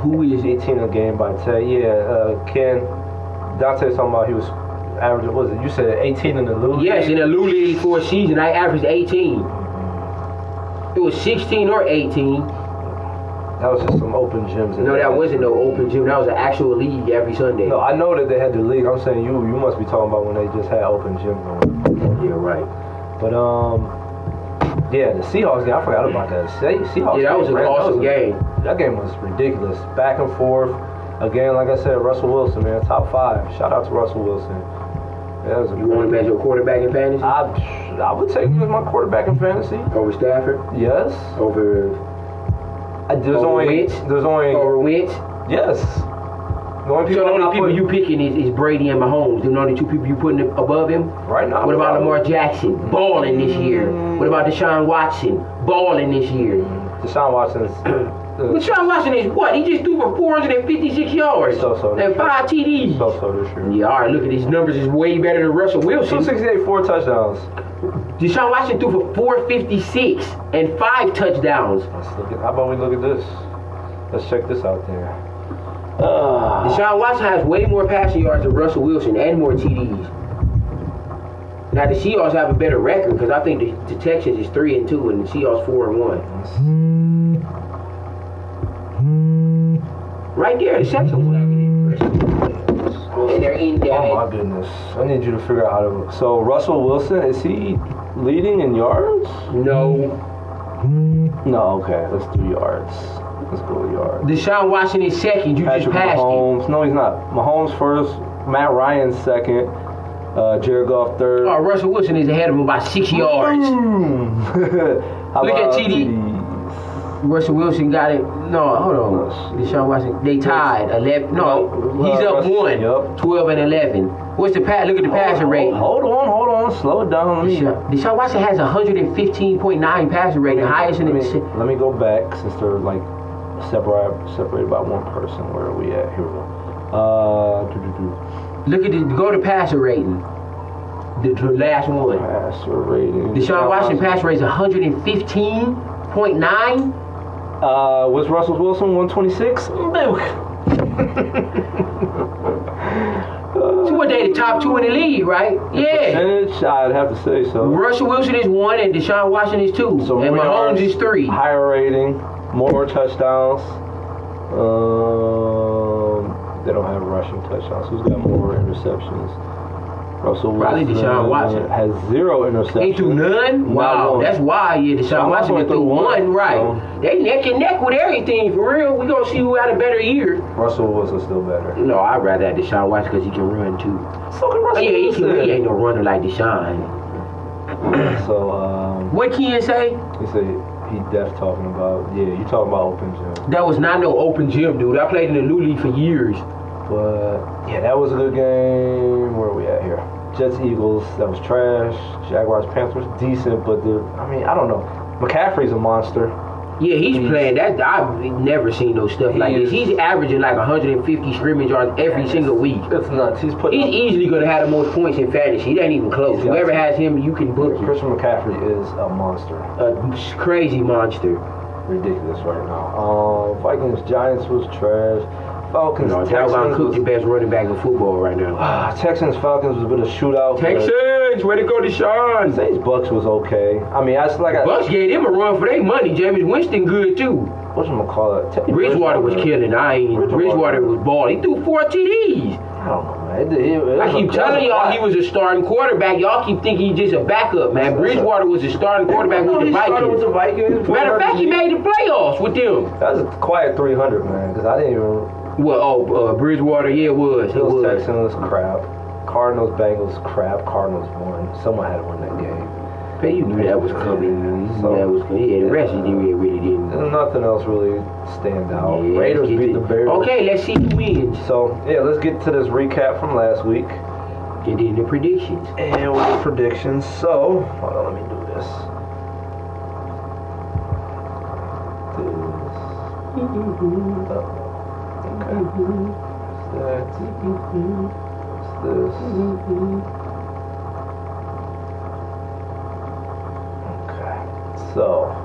Speaker 2: Who is it?
Speaker 1: 18 a game by 10. Yeah, uh, Ken, Dante's talking about he was averaging, what was it? You said 18 in the league?
Speaker 2: Yes, in the Lou League for a season, I averaged 18. It was 16 or 18.
Speaker 1: That was just some open gyms. in
Speaker 2: No,
Speaker 1: there.
Speaker 2: that wasn't no open gym. That was an actual league every Sunday.
Speaker 1: No, I know that they had the league. I'm saying you you must be talking about when they just had open gym going.
Speaker 2: Yeah, right.
Speaker 1: But, um, yeah, the Seahawks game, I forgot about that. Se- Seahawks
Speaker 2: Yeah, that was an
Speaker 1: man,
Speaker 2: awesome
Speaker 1: was a-
Speaker 2: game.
Speaker 1: That game was ridiculous. Back and forth. Again, like I said, Russell Wilson, man, top five. Shout out to Russell Wilson. That was a
Speaker 2: You want to
Speaker 1: great-
Speaker 2: match your quarterback in fantasy?
Speaker 1: I, I would take him as my quarterback in fantasy.
Speaker 2: Over Stafford?
Speaker 1: Yes.
Speaker 2: Over
Speaker 1: I- There's
Speaker 2: Over
Speaker 1: only
Speaker 2: Wentz?
Speaker 1: there's only
Speaker 2: over Wentz?
Speaker 1: yes. The only
Speaker 2: So
Speaker 1: people,
Speaker 2: the
Speaker 1: I'm
Speaker 2: only
Speaker 1: not
Speaker 2: people
Speaker 1: putting-
Speaker 2: you picking is, is Brady and Mahomes. Them The only two people you putting above him.
Speaker 1: right now.
Speaker 2: What about Lamar Jackson? Balling this year. What about Deshaun Watson? Balling this year.
Speaker 1: Deshaun Watson's
Speaker 2: Deshaun Watson is <coughs> what? He just threw for 456 yards
Speaker 1: So, so.
Speaker 2: and five TDs.
Speaker 1: so so this year.
Speaker 2: Yeah, all right. Look at his numbers. Is way better than Russell
Speaker 1: Two
Speaker 2: Wilson.
Speaker 1: sixty eight, four touchdowns.
Speaker 2: Deshaun Watson threw for 456 and five touchdowns.
Speaker 1: Let's look at. How about we look at this? Let's check this out there. Uh,
Speaker 2: Deshaun Watson has way more passing yards than Russell Wilson and more TDs. Now the Seahawks have a better record because I think the, the Texans is three and two and the Seahawks four and one.
Speaker 1: oh
Speaker 2: Right there, the Texans. would have been impressive. And they're in that.
Speaker 1: oh my goodness! I need you to figure out how to look. So Russell Wilson is he leading in yards?
Speaker 2: No,
Speaker 1: No. Okay, let's do yards. Let's go to yards.
Speaker 2: Deshaun Watson is second. You just
Speaker 1: Patrick
Speaker 2: passed him.
Speaker 1: Mahomes. No, he's not. Mahomes first. Matt Ryan second. Uh, Jared Goff third.
Speaker 2: Oh, Russell Wilson is ahead of him by six yards.
Speaker 1: Boom. <laughs> How
Speaker 2: Look at
Speaker 1: about
Speaker 2: TD.
Speaker 1: TDs?
Speaker 2: Russell Wilson got it. No, hold on. Deshaun Watson. They tied. Eleven. No,
Speaker 1: Well,
Speaker 2: he's up
Speaker 1: Russell-
Speaker 2: one.
Speaker 1: yup. Oh,
Speaker 2: Twelve and eleven. What's the pass? Look at the passer rate.
Speaker 1: Hold, hold on, hold on. Slow it down. Let me,
Speaker 2: Deshaun Deshaun Watson has 115.9 passer rate, the highest in
Speaker 1: let,
Speaker 2: the.
Speaker 1: me, let me go back since they're like separated, separated by one person. Where are we at? Here we go. Uh, do, do, do.
Speaker 2: Look at the go to passer rating. The, the last one.
Speaker 1: Passer rating.
Speaker 2: Deshaun Watson passer rate is 115.9.
Speaker 1: Uh, was Russell Wilson 126? Luke.
Speaker 2: So what they the top two in the league, right? Yeah.
Speaker 1: Percentage? I'd have to say so.
Speaker 2: Russell Wilson is one and Deshaun Watson is two.
Speaker 1: So
Speaker 2: and
Speaker 1: more
Speaker 2: Mahomes
Speaker 1: yards,
Speaker 2: is three.
Speaker 1: Higher rating, more touchdowns. Um, they don't have rushing touchdowns. Who's got more interceptions? Russell
Speaker 2: Probably
Speaker 1: Wilson
Speaker 2: Deshaun Watson.
Speaker 1: has zero interceptions.
Speaker 2: They threw none?
Speaker 1: Not
Speaker 2: Wow,
Speaker 1: one.
Speaker 2: that's why, yeah, Deshaun
Speaker 1: Deshaun
Speaker 2: Watson
Speaker 1: Watson
Speaker 2: threw
Speaker 1: threw
Speaker 2: one,
Speaker 1: one,
Speaker 2: right.
Speaker 1: so-
Speaker 2: They neck and neck with everything, for real. we going to see who had a better year.
Speaker 1: Russell Wilson still better.
Speaker 2: No, I'd rather have Deshaun Watson because he can run, too.
Speaker 1: So can
Speaker 2: Oh,
Speaker 1: Russell
Speaker 2: yeah, he, can, he ain't
Speaker 1: Wilson.
Speaker 2: no runner like Deshaun.
Speaker 1: So um,
Speaker 2: What Ken say?
Speaker 1: he said he deaf talking about. Yeah, you talking about open gym,
Speaker 2: That was not no open gym, dude. I played in the Lou League for years.
Speaker 1: but yeah, that was a good game. Where are we at here? Jets Eagles that was trash. Jaguars Panthers decent, but the I mean I don't know. McCaffrey's a monster.
Speaker 2: Yeah, he's
Speaker 1: He's-
Speaker 2: playing that. I've never seen no stuff like
Speaker 1: He
Speaker 2: this.
Speaker 1: is-
Speaker 2: He's averaging like 150 scrimmage yards every single week.
Speaker 1: That's nuts. He's putting
Speaker 2: He's easily gonna have the most points in fantasy. He ain't even close.
Speaker 1: Yeah.
Speaker 2: Whoever has him, you can book him.
Speaker 1: Christian McCaffrey is a monster.
Speaker 2: A crazy monster.
Speaker 1: ridiculous right now. Uh, Vikings Giants was trash. Falcons
Speaker 2: No, Dalvin
Speaker 1: Texans.
Speaker 2: Cook, the
Speaker 1: Was,
Speaker 2: best running back in football right now.
Speaker 1: Texans Falcons was a bit of shootout. but
Speaker 2: Texans, way to go, Deshaun.
Speaker 1: Saints Bucks was okay. I mean, I just like I
Speaker 2: Bucks gave them a run for their money. James Winston good too.
Speaker 1: what you call it? Teddy
Speaker 2: Bridgewater was killing. I ain't.
Speaker 1: Bridgewater.
Speaker 2: Bridgewater was ball. He threw four TDs.
Speaker 1: I don't know, man. It, it, it was
Speaker 2: I keep
Speaker 1: a-
Speaker 2: telling y'all he was a starting quarterback. Y'all keep thinking he's just a backup, man. Bridgewater was a starting quarterback
Speaker 1: No,
Speaker 2: with the
Speaker 1: he started with the
Speaker 2: Vikings.
Speaker 1: Vikings.
Speaker 2: Matter of fact, he made the playoffs with them.
Speaker 1: That was a quiet 300, man, because I didn't even.
Speaker 2: Well, oh, uh, Bridgewater, yeah, it was. It
Speaker 1: Bills
Speaker 2: was.
Speaker 1: Texans crap. Cardinals Bengals crap. Cardinals won. Someone had to win that game.
Speaker 2: Man, you knew that was coming. You
Speaker 1: So-
Speaker 2: knew that was coming. Yeah, the rest of them really didn't.
Speaker 1: There's nothing else really stand out.
Speaker 2: Yeah,
Speaker 1: Raiders
Speaker 2: get
Speaker 1: beat
Speaker 2: it.
Speaker 1: the Bears.
Speaker 2: Okay, let's see who wins.
Speaker 1: So yeah, let's get to this recap from last week
Speaker 2: And then the predictions.
Speaker 1: and with the predictions. So hold on, let me do this. Do this. Okay. That's this. Okay. So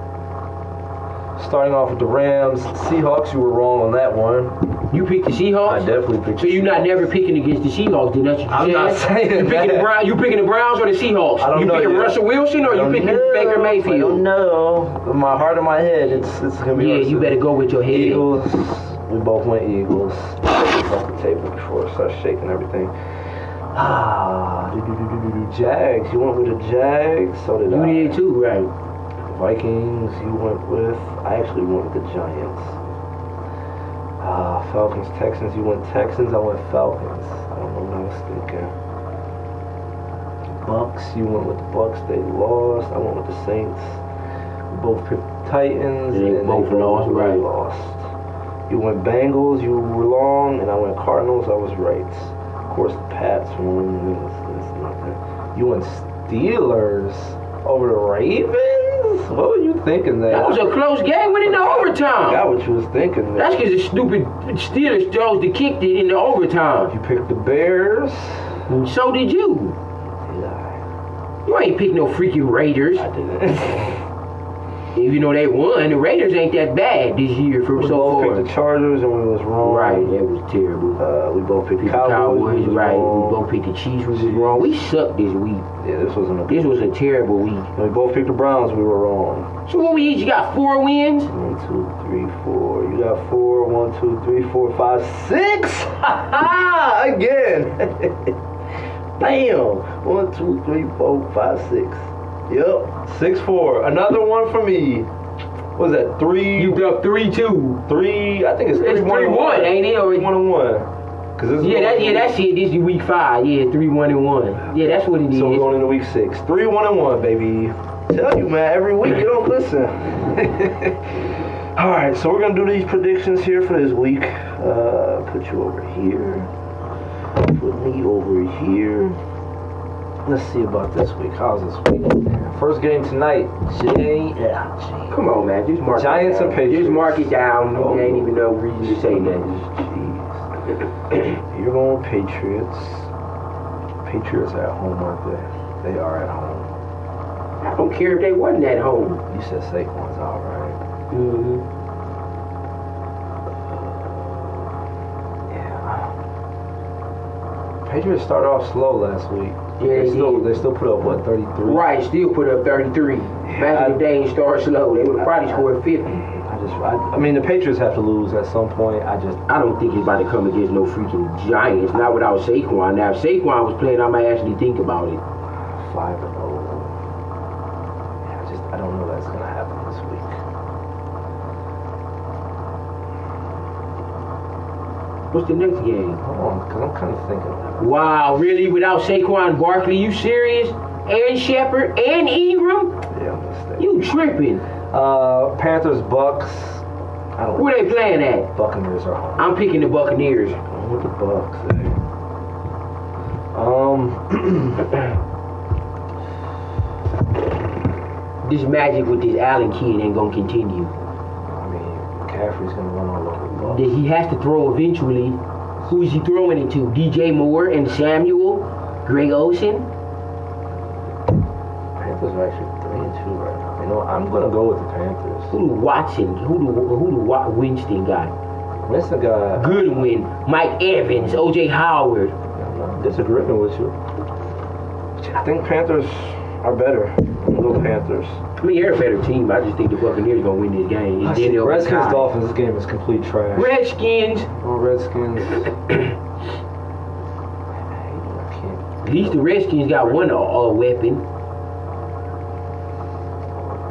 Speaker 1: starting off with the Rams, Seahawks. You were wrong on that one.
Speaker 2: You pick the
Speaker 1: I
Speaker 2: Seahawks.
Speaker 1: definitely picked.
Speaker 2: so you're not never picking against the Seahawks, then that's what
Speaker 1: I'm
Speaker 2: you
Speaker 1: not saying
Speaker 2: you picking
Speaker 1: that.
Speaker 2: the Brown, you picking the Browns or the Seahawks?
Speaker 1: I don't
Speaker 2: you
Speaker 1: know
Speaker 2: picking
Speaker 1: yet.
Speaker 2: Russell Wilson or you picking Baker Mayfield?
Speaker 1: No, my heart and my head. It's it's gonna be.
Speaker 2: Yeah, you better go with your head.
Speaker 1: Eagles. We both went Eagles. Take this off the table before it starts shaking everything. Ah, do, do, do, do, do, do. Jags. You went with the Jags. So did
Speaker 2: You
Speaker 1: I.
Speaker 2: did too, right?
Speaker 1: Vikings. You went with. I actually went with the Giants. Ah, Falcons. Texans. You went Texans. I went Falcons. I don't know what I was thinking. Bucks. You went with the Bucks. They lost. I went with the Saints. We both picked Titans.
Speaker 2: They both lost,
Speaker 1: really
Speaker 2: right.
Speaker 1: Lost. You went Bengals. You were wrong, and I went Cardinals. I was right. Of course, the Pats won. It's, it's nothing. You went Steelers over the Ravens. What were you thinking there?
Speaker 2: That was a close game winning the
Speaker 1: I
Speaker 2: overtime.
Speaker 1: got what you was thinking there.
Speaker 2: That's because the stupid Steelers chose to kick it in the overtime.
Speaker 1: you picked the Bears. Mm-hmm.
Speaker 2: And so did you.
Speaker 1: Yeah,
Speaker 2: You ain't pick no freaking Raiders.
Speaker 1: I didn't. <laughs>
Speaker 2: Even though they won, the Raiders ain't that bad this year for
Speaker 1: we
Speaker 2: so
Speaker 1: both
Speaker 2: far.
Speaker 1: picked the Chargers, and we was wrong.
Speaker 2: Right, that was terrible.
Speaker 1: Uh, we both picked
Speaker 2: Picked the
Speaker 1: Cowboys.
Speaker 2: Cowboys,
Speaker 1: was
Speaker 2: right.
Speaker 1: wrong.
Speaker 2: We both picked the Chiefs, which was wrong. We sucked this week.
Speaker 1: Yeah, this wasn't a good.
Speaker 2: This was a terrible week.
Speaker 1: We both picked the Browns. We were wrong.
Speaker 2: So what we each got four wins?
Speaker 1: One, two, three, four. You got four. One, two, three, four, five, six. Ha ha! Again. <laughs> Bam. One, two, three, four, five, six. Yep. Six, four. Another one for me. What was that three?
Speaker 2: You got three two.
Speaker 1: three. I think it's,
Speaker 2: It's
Speaker 1: three, one,
Speaker 2: three
Speaker 1: and
Speaker 2: one, ain't it? Or
Speaker 1: One and one. Cause this is
Speaker 2: yeah, that yeah, that's it. This is week five. Yeah, three one and one. Yeah, that's what it is.
Speaker 1: So we're going into week six. Three, one, and one, baby. Tell you, man, every week you don't listen. <laughs> All right, so we're going to do these predictions here for this week. Uh, put you over here. Put me over here. Let's see about this week. How's this week? First game tonight. J. Yeah.
Speaker 2: Come on, man. Just mark
Speaker 1: Giants
Speaker 2: it down.
Speaker 1: and Patriots.
Speaker 2: Just mark it down.
Speaker 1: Oh.
Speaker 2: There ain't even no reason to say that.
Speaker 1: Jeez. You're going with Patriots. Patriots are at home, aren't they? They are at home.
Speaker 2: I don't care if they wasn't at home.
Speaker 1: You said Saquon's all right. Mm-hmm. Yeah. Patriots started off slow last week.
Speaker 2: Yeah,
Speaker 1: they
Speaker 2: they
Speaker 1: still
Speaker 2: did.
Speaker 1: they still put up what 33.
Speaker 2: Right, still put up 33. Back in the day, and start slow. They would probably score 50.
Speaker 1: I just I, I mean the Patriots have to lose at some point. I just
Speaker 2: I don't think he's about to come against no freaking Giants. Not without Saquon. Now, if Saquon was playing, I might actually think about it.
Speaker 1: five and oh. Yeah, I just I don't know that's gonna happen this week.
Speaker 2: What's the next game?
Speaker 1: Hold on, because I'm kind of thinking. That.
Speaker 2: Wow, really? Without Saquon Barkley? You serious? And Shepard? And Ingram?
Speaker 1: Yeah, I'm just thinking.
Speaker 2: You tripping.
Speaker 1: Uh, Panthers Bucks. I don't.
Speaker 2: Where they playing at?
Speaker 1: Buccaneers are home.
Speaker 2: I'm picking the Buccaneers.
Speaker 1: What the Bucks? eh? Um, <clears throat>
Speaker 2: this magic with this Allen kid ain't gonna continue.
Speaker 1: I mean, McCaffrey's gonna run all over the ball.
Speaker 2: That he has to throw eventually. Who is he throwing it to? DJ Moore and Samuel, Greg Olsen.
Speaker 1: Panthers are actually three and two right now. You know, I'm gonna go with the Panthers.
Speaker 2: Who do Watson? Who do who do Wa- Winston got?
Speaker 1: Winston got.
Speaker 2: Goodwin, Mike Evans, O.J. Howard.
Speaker 1: I'm not disagreeing with you. I think Panthers are better. I'm gonna go Panthers.
Speaker 2: I mean, they're a better team. I just think the Buccaneers gonna win this game. And then they'll be
Speaker 1: Redskins
Speaker 2: tied.
Speaker 1: Dolphins game is complete trash.
Speaker 2: Redskins. <clears throat>
Speaker 1: Oh, Redskins. I can't
Speaker 2: At least the Redskins got one uh, uh, weapon.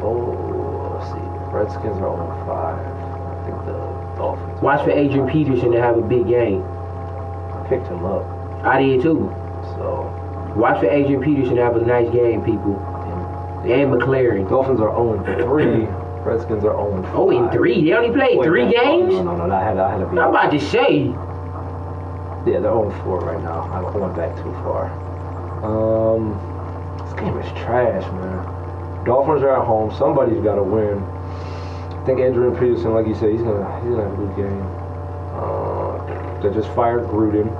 Speaker 1: Oh, let's see. Redskins are on five. I think the Dolphins.
Speaker 2: Watch for Adrian Peterson to have a big game.
Speaker 1: I picked him up,
Speaker 2: I did too.
Speaker 1: so.
Speaker 2: Watch for Adrian Peterson to have a nice game, people. And McLaren.
Speaker 1: Dolphins are 0 and 3. Redskins are 0 and 5.
Speaker 2: Oh, and three. They only played
Speaker 1: Wait,
Speaker 2: three
Speaker 1: no,
Speaker 2: games.
Speaker 1: No, no, no. I had, I had to be.
Speaker 2: I'm about to say.
Speaker 1: Yeah, they're 0 and 4 right now. I went back too far. Um, this game is trash, man. Dolphins are at home. Somebody's got to win. I think Adrian Peterson, like you said, he's gonna he's gonna have a good game. Uh, they just fired Gruden.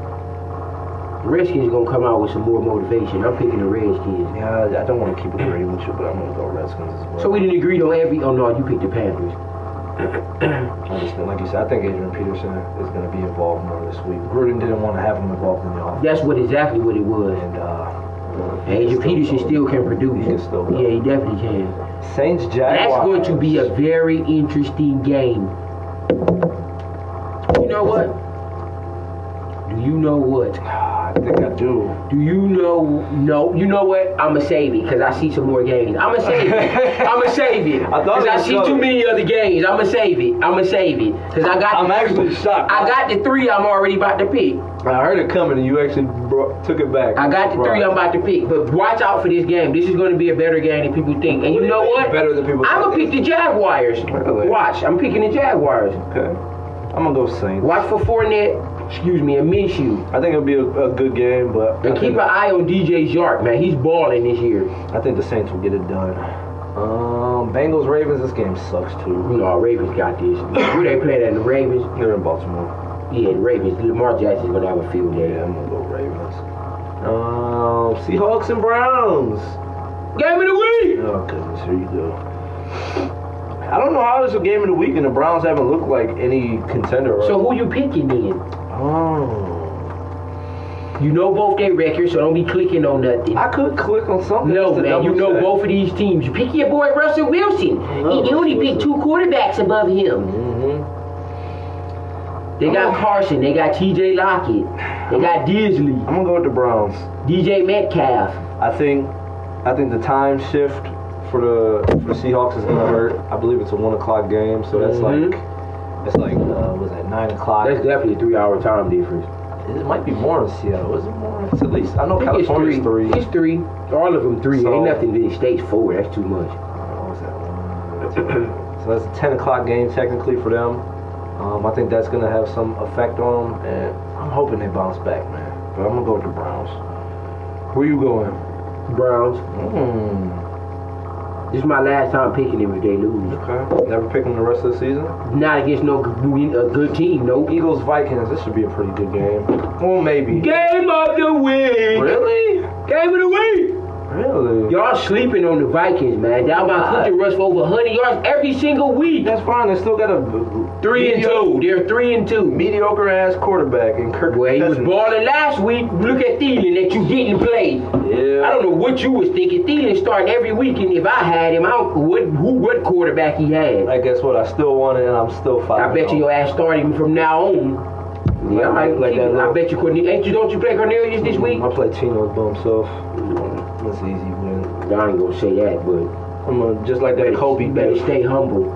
Speaker 2: The Redskins gonna come out with some more motivation. I'm picking the Redskins.
Speaker 1: Yeah, I don't want to keep agreeing with you, but I'm gonna go Redskins as well.
Speaker 2: So we didn't agree on every. Oh no, you picked the Panthers.
Speaker 1: I just think, like you said, I think Adrian Peterson is gonna be involved more this week. Gruden didn't want to have him involved in the offense,
Speaker 2: That's what exactly what it was.
Speaker 1: and uh,
Speaker 2: Adrian Peterson still can produce.
Speaker 1: He can still go.
Speaker 2: Yeah, he definitely can.
Speaker 1: Saints
Speaker 2: That's
Speaker 1: Jaguars.
Speaker 2: going to be a very interesting game. You know what? Do you know what?
Speaker 1: <sighs> I think I do.
Speaker 2: Do you know? No, you know what? I'ma save it because I see some more games. I'ma save
Speaker 1: <laughs>
Speaker 2: it. I'ma save it.
Speaker 1: I thought
Speaker 2: Because
Speaker 1: it
Speaker 2: I
Speaker 1: was
Speaker 2: see
Speaker 1: good.
Speaker 2: too many other games. I'ma save it. I'ma save it because I got.
Speaker 1: I'm actually shocked.
Speaker 2: I got the three I'm already about to pick.
Speaker 1: I heard it coming, and you actually brought, took it back.
Speaker 2: I got the three I'm about to pick. But watch out for this game. This is going to be a better game than people think. And you know what?
Speaker 1: Better than people.
Speaker 2: I'm gonna pick the Jaguars.
Speaker 1: Really?
Speaker 2: Watch, I'm picking the Jaguars.
Speaker 1: Okay. I'm gonna go Saints.
Speaker 2: Watch for Fournette. Excuse me, and Minshew.
Speaker 1: I think it'll be a, a good game, but I
Speaker 2: And keep
Speaker 1: think,
Speaker 2: an eye on DJ Shark, man. He's balling this year.
Speaker 1: I think the Saints will get it done. Um, Bengals Ravens. This game sucks too.
Speaker 2: You know, Ravens got this. Who they playing at the Ravens?
Speaker 1: They're in Baltimore.
Speaker 2: Yeah, the Ravens. Lamar Jackson's gonna have a field
Speaker 1: Yeah,
Speaker 2: day.
Speaker 1: I'm gonna go Ravens. Um, Seahawks and Browns.
Speaker 2: Game of the week.
Speaker 1: Oh goodness, here you go. I don't know how this is a game of the week, and the Browns haven't looked like any contender. Right?
Speaker 2: So who you picking then?
Speaker 1: oh,
Speaker 2: You know both their records, so don't be clicking on nothing.
Speaker 1: I could click on something.
Speaker 2: No,
Speaker 1: just to
Speaker 2: man, you know
Speaker 1: double-check.
Speaker 2: both of these teams. You pick your boy Russell Wilson.
Speaker 1: love
Speaker 2: He, you only
Speaker 1: Russell
Speaker 2: picked two quarterbacks above him.
Speaker 1: Mhm.
Speaker 2: They got Carson. They got T.J. Lockett. They got Disley.
Speaker 1: I'm gonna go with the Browns.
Speaker 2: DJ Metcalf.
Speaker 1: I think, I think the time shift for the for the Seahawks is gonna hurt. I believe it's a one o'clock game, so that's
Speaker 2: Mhm.
Speaker 1: like, it's like uh, was that nine o'clock?
Speaker 2: definitely a three-hour time difference.
Speaker 1: It might be more in Seattle. Is it more? It's at least I know
Speaker 2: I think it's
Speaker 1: California's
Speaker 2: three.
Speaker 1: three.
Speaker 2: It's three. All of them three.
Speaker 1: So-
Speaker 2: Ain't nothing in the states four. That's too much.
Speaker 1: What was that one? so that's a ten o'clock game technically for them. Um, I think that's gonna have some effect on them, and I'm hoping they bounce back, man. But I'm gonna go with the Browns. Where you going?
Speaker 2: Browns.
Speaker 1: Mm,
Speaker 2: This is my last time picking them if they lose.
Speaker 1: okay. Never pick them the rest of the season.
Speaker 2: Not against no g- a good team. No.
Speaker 1: Eagles Vikings. This should be a pretty good game. Well, maybe.
Speaker 2: Game of the week.
Speaker 1: Really?
Speaker 2: Game of the week.
Speaker 1: Really?
Speaker 2: Y'all sleeping on the Vikings, man. Down by country rush for over 100 yards every single week.
Speaker 1: That's fine. They still got a
Speaker 2: Three and two. They're three and two.
Speaker 1: mediocre ass quarterback in Kirk.
Speaker 2: Well, he was
Speaker 1: Cousins.
Speaker 2: balling last week. Look at Thielen that you didn't play.
Speaker 1: Yeah.
Speaker 2: I don't know what you was thinking. Thielen starting every week, and if I had him, I don't what who what quarterback he had.
Speaker 1: Like, guess what? I still want it, and oh. I'm still five.
Speaker 2: I bet you your ass started him from now on. Yeah, I,
Speaker 1: like that
Speaker 2: I
Speaker 1: little-
Speaker 2: bet you Cornelius. Ain't you don't you play Cornelius this week?
Speaker 1: I play Tino by himself. That's an easy win.
Speaker 2: I ain't gonna say that, but
Speaker 1: I'm gonna just like that Kobe
Speaker 2: you better
Speaker 1: bitch.
Speaker 2: stay humble.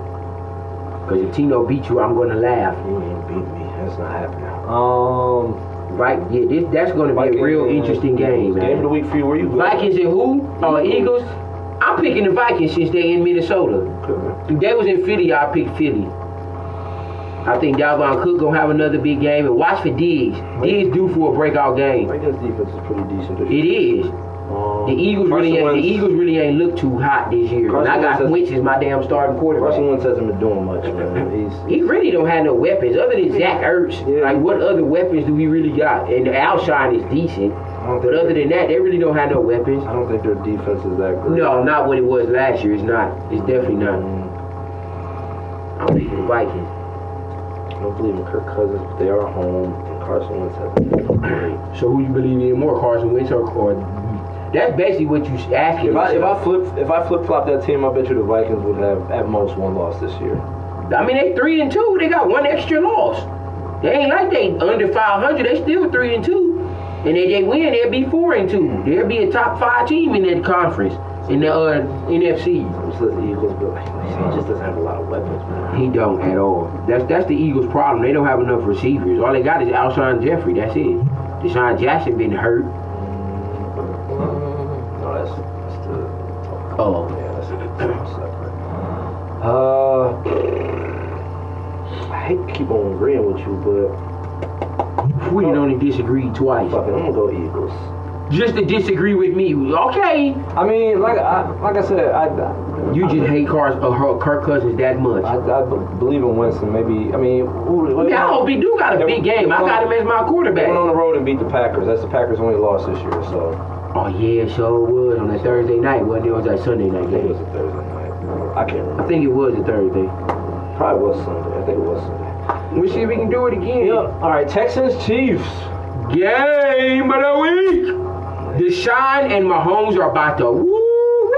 Speaker 2: Cause if Tino beat you, I'm gonna laugh.
Speaker 1: You ain't beat me. That's not happening. Um,
Speaker 2: Right? Yeah, this, that's gonna be a real interesting game,
Speaker 1: Game of the
Speaker 2: man.
Speaker 1: week for you. Where you going?
Speaker 2: Vikings and who? Uh, Eagles. I'm picking the Vikings since they in Minnesota.
Speaker 1: Okay.
Speaker 2: If they was in Philly, I picked Philly. I think Dalvin Cook gonna have another big game, and watch for Diggs. Diggs due for a breakout game.
Speaker 1: Vikings defense is pretty decent this
Speaker 2: It
Speaker 1: year.
Speaker 2: is.
Speaker 1: Um,
Speaker 2: The Eagles
Speaker 1: Carson
Speaker 2: really, ain't, the
Speaker 1: Wentz-
Speaker 2: Eagles really ain't looked too hot this year. And
Speaker 1: Carson
Speaker 2: I
Speaker 1: Wentz
Speaker 2: got
Speaker 1: has-
Speaker 2: Wentz as my damn starting
Speaker 1: Carson
Speaker 2: quarterback.
Speaker 1: Wentz hasn't been doing much, man. He's
Speaker 2: He really don't have no weapons other than Zach Ertz.
Speaker 1: Yeah.
Speaker 2: Like what other weapons do he really got? And Alshon is decent,
Speaker 1: I don't
Speaker 2: but
Speaker 1: think
Speaker 2: other than that, they really don't have no weapons.
Speaker 1: I don't think their defense is that good.
Speaker 2: No, not what it was last year. It's not. It's definitely not. I'm picking the Vikings.
Speaker 1: I don't believe in Kirk Cousins, but they are home, and Carson Wentz hasn't <clears throat> been great.
Speaker 2: So who you believe in more, Carson Wentz or, or that's basically what you should ask
Speaker 1: If I if
Speaker 2: yourself.
Speaker 1: I flip if I flip flop that team, I bet you the Vikings would have at most one loss this year.
Speaker 2: I mean, they three and two. They got one extra loss. They ain't like they under 500. They still three and two, and if they win, they'll be four and two. They'll be a top five team in that conference in the uh, NFC.
Speaker 1: Just let the Eagles be like, man, he just doesn't have a lot of weapons, man.
Speaker 2: He don't at all. That's that's the Eagles' problem. They don't have enough receivers. All they got is Alshon Jeffrey. That's it. Deshaun Jackson been hurt.
Speaker 1: No, that's that's the
Speaker 2: Oh,
Speaker 1: yeah, that's the separate. Uh, I hate to keep on agreeing with you, but
Speaker 2: we can only disagree twice.
Speaker 1: fuck it, I'm gonna go Eagles.
Speaker 2: Just to disagree with me. Okay.
Speaker 1: I mean, like I like I said, I
Speaker 2: You just hate Cars, uh, her, Kirk Cousins that much.
Speaker 1: I, I believe in Winston. Maybe I mean, who,
Speaker 2: I
Speaker 1: who,
Speaker 2: mean, I hope he do got a big game. I got him as my
Speaker 1: They went
Speaker 2: quarterback.
Speaker 1: on the road and beat the Packers. That's the Packers' only loss this year, so
Speaker 2: Oh yeah, sure was on that Thursday night. Wasn't it? Or was that Sunday night
Speaker 1: I think it was
Speaker 2: game?
Speaker 1: a Thursday night. I can't
Speaker 2: I
Speaker 1: remember.
Speaker 2: think it was a Thursday.
Speaker 1: Probably was Sunday. I think it was Sunday.
Speaker 2: We see if we can do it again.
Speaker 1: All right, Texans Chiefs.
Speaker 2: Game of the week. Deshaun and Mahomes are about to woo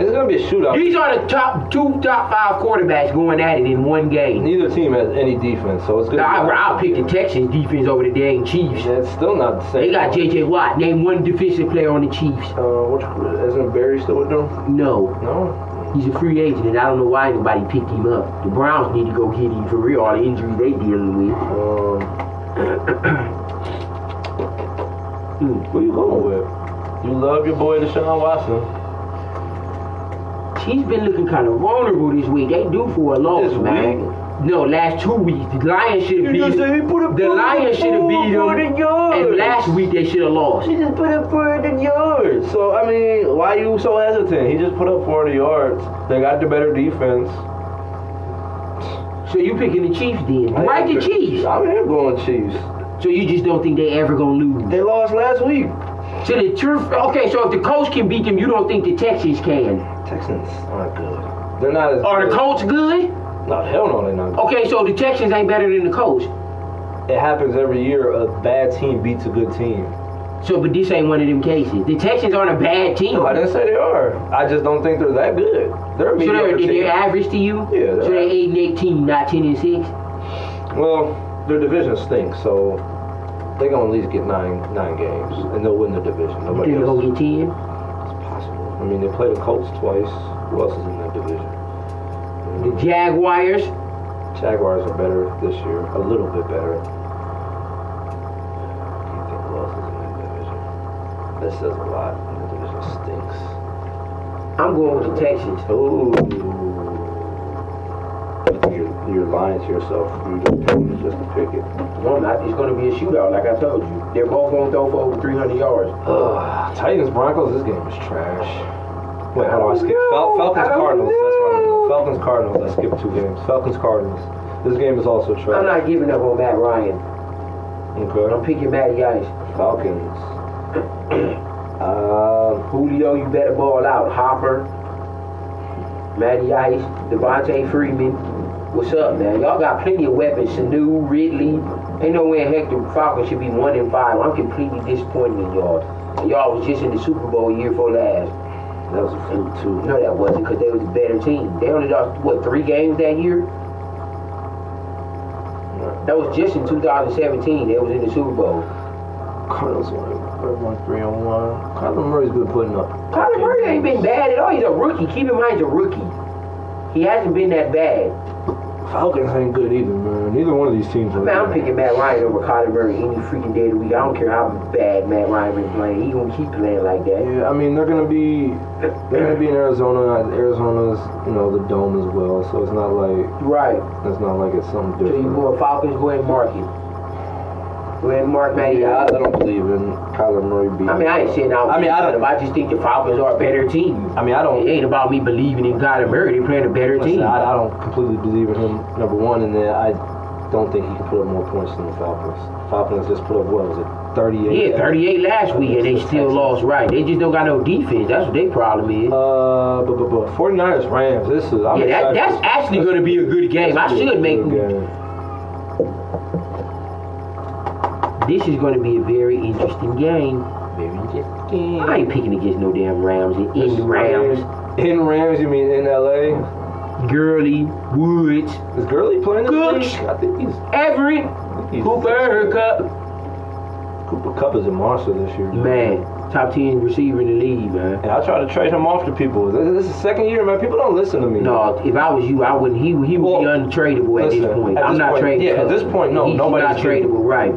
Speaker 1: It's gonna be a shootout.
Speaker 2: These are the top two, top five quarterbacks going at it in one game.
Speaker 1: Neither team has any defense, so it's gonna.
Speaker 2: Now,
Speaker 1: be-
Speaker 2: I, I'll pick the Texans defense over the dang Chiefs.
Speaker 1: Yeah, It's still not the same.
Speaker 2: They got J.J. Watt. Name one defensive player on the Chiefs.
Speaker 1: Uh, which isn't Barry still with them?
Speaker 2: No.
Speaker 1: No.
Speaker 2: He's a free agent, and I don't know why anybody picked him up. The Browns need to go get him for real. All the injuries they dealing with.
Speaker 1: Um. Hmm, Who you going with? You love your boy Deshaun Watson.
Speaker 2: He's been looking kind of vulnerable this week. They do for a loss,
Speaker 1: This
Speaker 2: man. No, last two weeks the Lions should have beat
Speaker 1: he put up
Speaker 2: the Lions should have beat them, and last week they should have lost.
Speaker 1: He just put up 400 yards. So, I mean, why you so hesitant? He just put up 400 yards. They got the better defense.
Speaker 2: So you picking the Chiefs then? Why the Chiefs?
Speaker 1: I mean, I'm going Chiefs.
Speaker 2: So you just don't think they ever gonna lose?
Speaker 1: They lost last week.
Speaker 2: So the truth, okay. So if the Colts can beat them, you don't think the Texans can?
Speaker 1: Texans aren't good. They're not as
Speaker 2: Are the
Speaker 1: good.
Speaker 2: Colts good?
Speaker 1: No, hell no, they're not.
Speaker 2: Okay, so the Texans ain't better than the Colts.
Speaker 1: It happens every year. A bad team beats a good team.
Speaker 2: So, but this ain't one of them cases. The Texans aren't a bad team.
Speaker 1: No, I
Speaker 2: so
Speaker 1: didn't say they are. I just don't think they're that good. They're a
Speaker 2: they're,
Speaker 1: mediocre
Speaker 2: they're
Speaker 1: team.
Speaker 2: average to you.
Speaker 1: Yeah, they're
Speaker 2: So they're eight and eighteen, not ten and six.
Speaker 1: Well, their division stinks, so they're gonna at least get nine nine games, and they'll win the division. Nobody
Speaker 2: They're
Speaker 1: else.
Speaker 2: gonna go get ten.
Speaker 1: possible. I mean, they play the Colts twice. Who else is in that division?
Speaker 2: The Jaguars.
Speaker 1: Jaguars are better this year, a little bit better. Can't think who else is in that division. That says a lot. and The division stinks.
Speaker 2: I'm going with the Texans.
Speaker 1: Ooh. I think You're, you're lying to yourself. You just told me just to pick it.
Speaker 2: No, I'm not. It's gonna be a shootout, like I told you. They're both gonna throw for over 300 yards.
Speaker 1: Ugh, Titans Broncos. This game is trash. Wait, how do I skip? Fal-
Speaker 2: know.
Speaker 1: Falcons
Speaker 2: I don't
Speaker 1: Cardinals. That's what I'm
Speaker 2: know.
Speaker 1: doing. Falcons Cardinals. I skipped two games. Falcons Cardinals. This game is also
Speaker 2: I'm
Speaker 1: trash.
Speaker 2: not giving up on Matt Ryan. I'm
Speaker 1: Okay.
Speaker 2: picking Matty Ice.
Speaker 1: Falcons. <clears throat> Uh,
Speaker 2: Julio, you better ball out. Hopper, Matty Ice, Devontae Freeman. What's up, man? Y'all got plenty of weapons. Sanu, Ridley. Ain't no way in heck the Falcons should be one in five. I'm completely disappointed in y'all. And Y'all was just in the Super Bowl year before last.
Speaker 1: that was a fluke too.
Speaker 2: No, that wasn't because they was a better team. They only lost what three games that year. That was just in 2017. They was in the Super Bowl.
Speaker 1: Cardinals won. Everyone three on one. Kyler Murray's been putting up.
Speaker 2: Kyler Murray ain't been bad at all. He's a rookie. Keep in mind, he's a rookie. He hasn't been that bad.
Speaker 1: Falcons ain't good either, man. Neither one of these teams are
Speaker 2: Man, I'm
Speaker 1: good.
Speaker 2: picking Matt Ryan over Kyler Murray any freaking day of the week. I don't care how bad Matt Ryan been playing. He gonna keep playing like that.
Speaker 1: Yeah, I mean they're gonna be they're gonna be in Arizona. Arizona's you know the dome as well, so it's not like
Speaker 2: Right.
Speaker 1: it's not like it's something
Speaker 2: So you
Speaker 1: different.
Speaker 2: going Falcons? Go ahead and mark it. Go ahead and mark Matty.
Speaker 1: Yeah, I, I
Speaker 2: I
Speaker 1: don't believe in Kyler Murray beating.
Speaker 2: mean, I ain't saying I.
Speaker 1: I mean, I don't-
Speaker 2: I just think the Falcons are a better team.
Speaker 1: I mean, I
Speaker 2: It
Speaker 1: don't.
Speaker 2: ain't about me believing in Kyler Murray. They're playing a better
Speaker 1: Listen,
Speaker 2: team.
Speaker 1: I, I don't completely believe in him. Number one, and then I don't think he can put up more points than the Falcons. Falcons just put up what was it, 38?
Speaker 2: Yeah, 38 last week, and they still lost. Right, they just don't got no defense. That's what their problem is.
Speaker 1: Uh, but but but 49ers Rams. This is I'm
Speaker 2: yeah,
Speaker 1: excited.
Speaker 2: that, that's actually going to be a good game. I
Speaker 1: This is a
Speaker 2: should make.
Speaker 1: good game.
Speaker 2: This is going to be a very interesting game.
Speaker 1: Very interesting.
Speaker 2: I ain't picking against no damn Rams and in Rams.
Speaker 1: In Rams, you mean in LA?
Speaker 2: Gurley, Woods,
Speaker 1: Is Gurley playing? this
Speaker 2: Cooks.
Speaker 1: week? I think he's,
Speaker 2: Everett,
Speaker 1: I think he's
Speaker 2: Cooper, Cup.
Speaker 1: Cooper Cup is a monster this year.
Speaker 2: Man, top 10 receiver in the league, man.
Speaker 1: And I try to trade him off to people. This this is the second year, man. People don't listen to me.
Speaker 2: No, if I was you, I wouldn't. He he would be
Speaker 1: Well,
Speaker 2: untradeable at this
Speaker 1: listen,
Speaker 2: point.
Speaker 1: at
Speaker 2: I'm
Speaker 1: this
Speaker 2: not
Speaker 1: point-
Speaker 2: trading.
Speaker 1: yeah, at
Speaker 2: Cup.
Speaker 1: this point, no,
Speaker 2: He's
Speaker 1: nobody's
Speaker 2: not
Speaker 1: getting-
Speaker 2: tradable, right?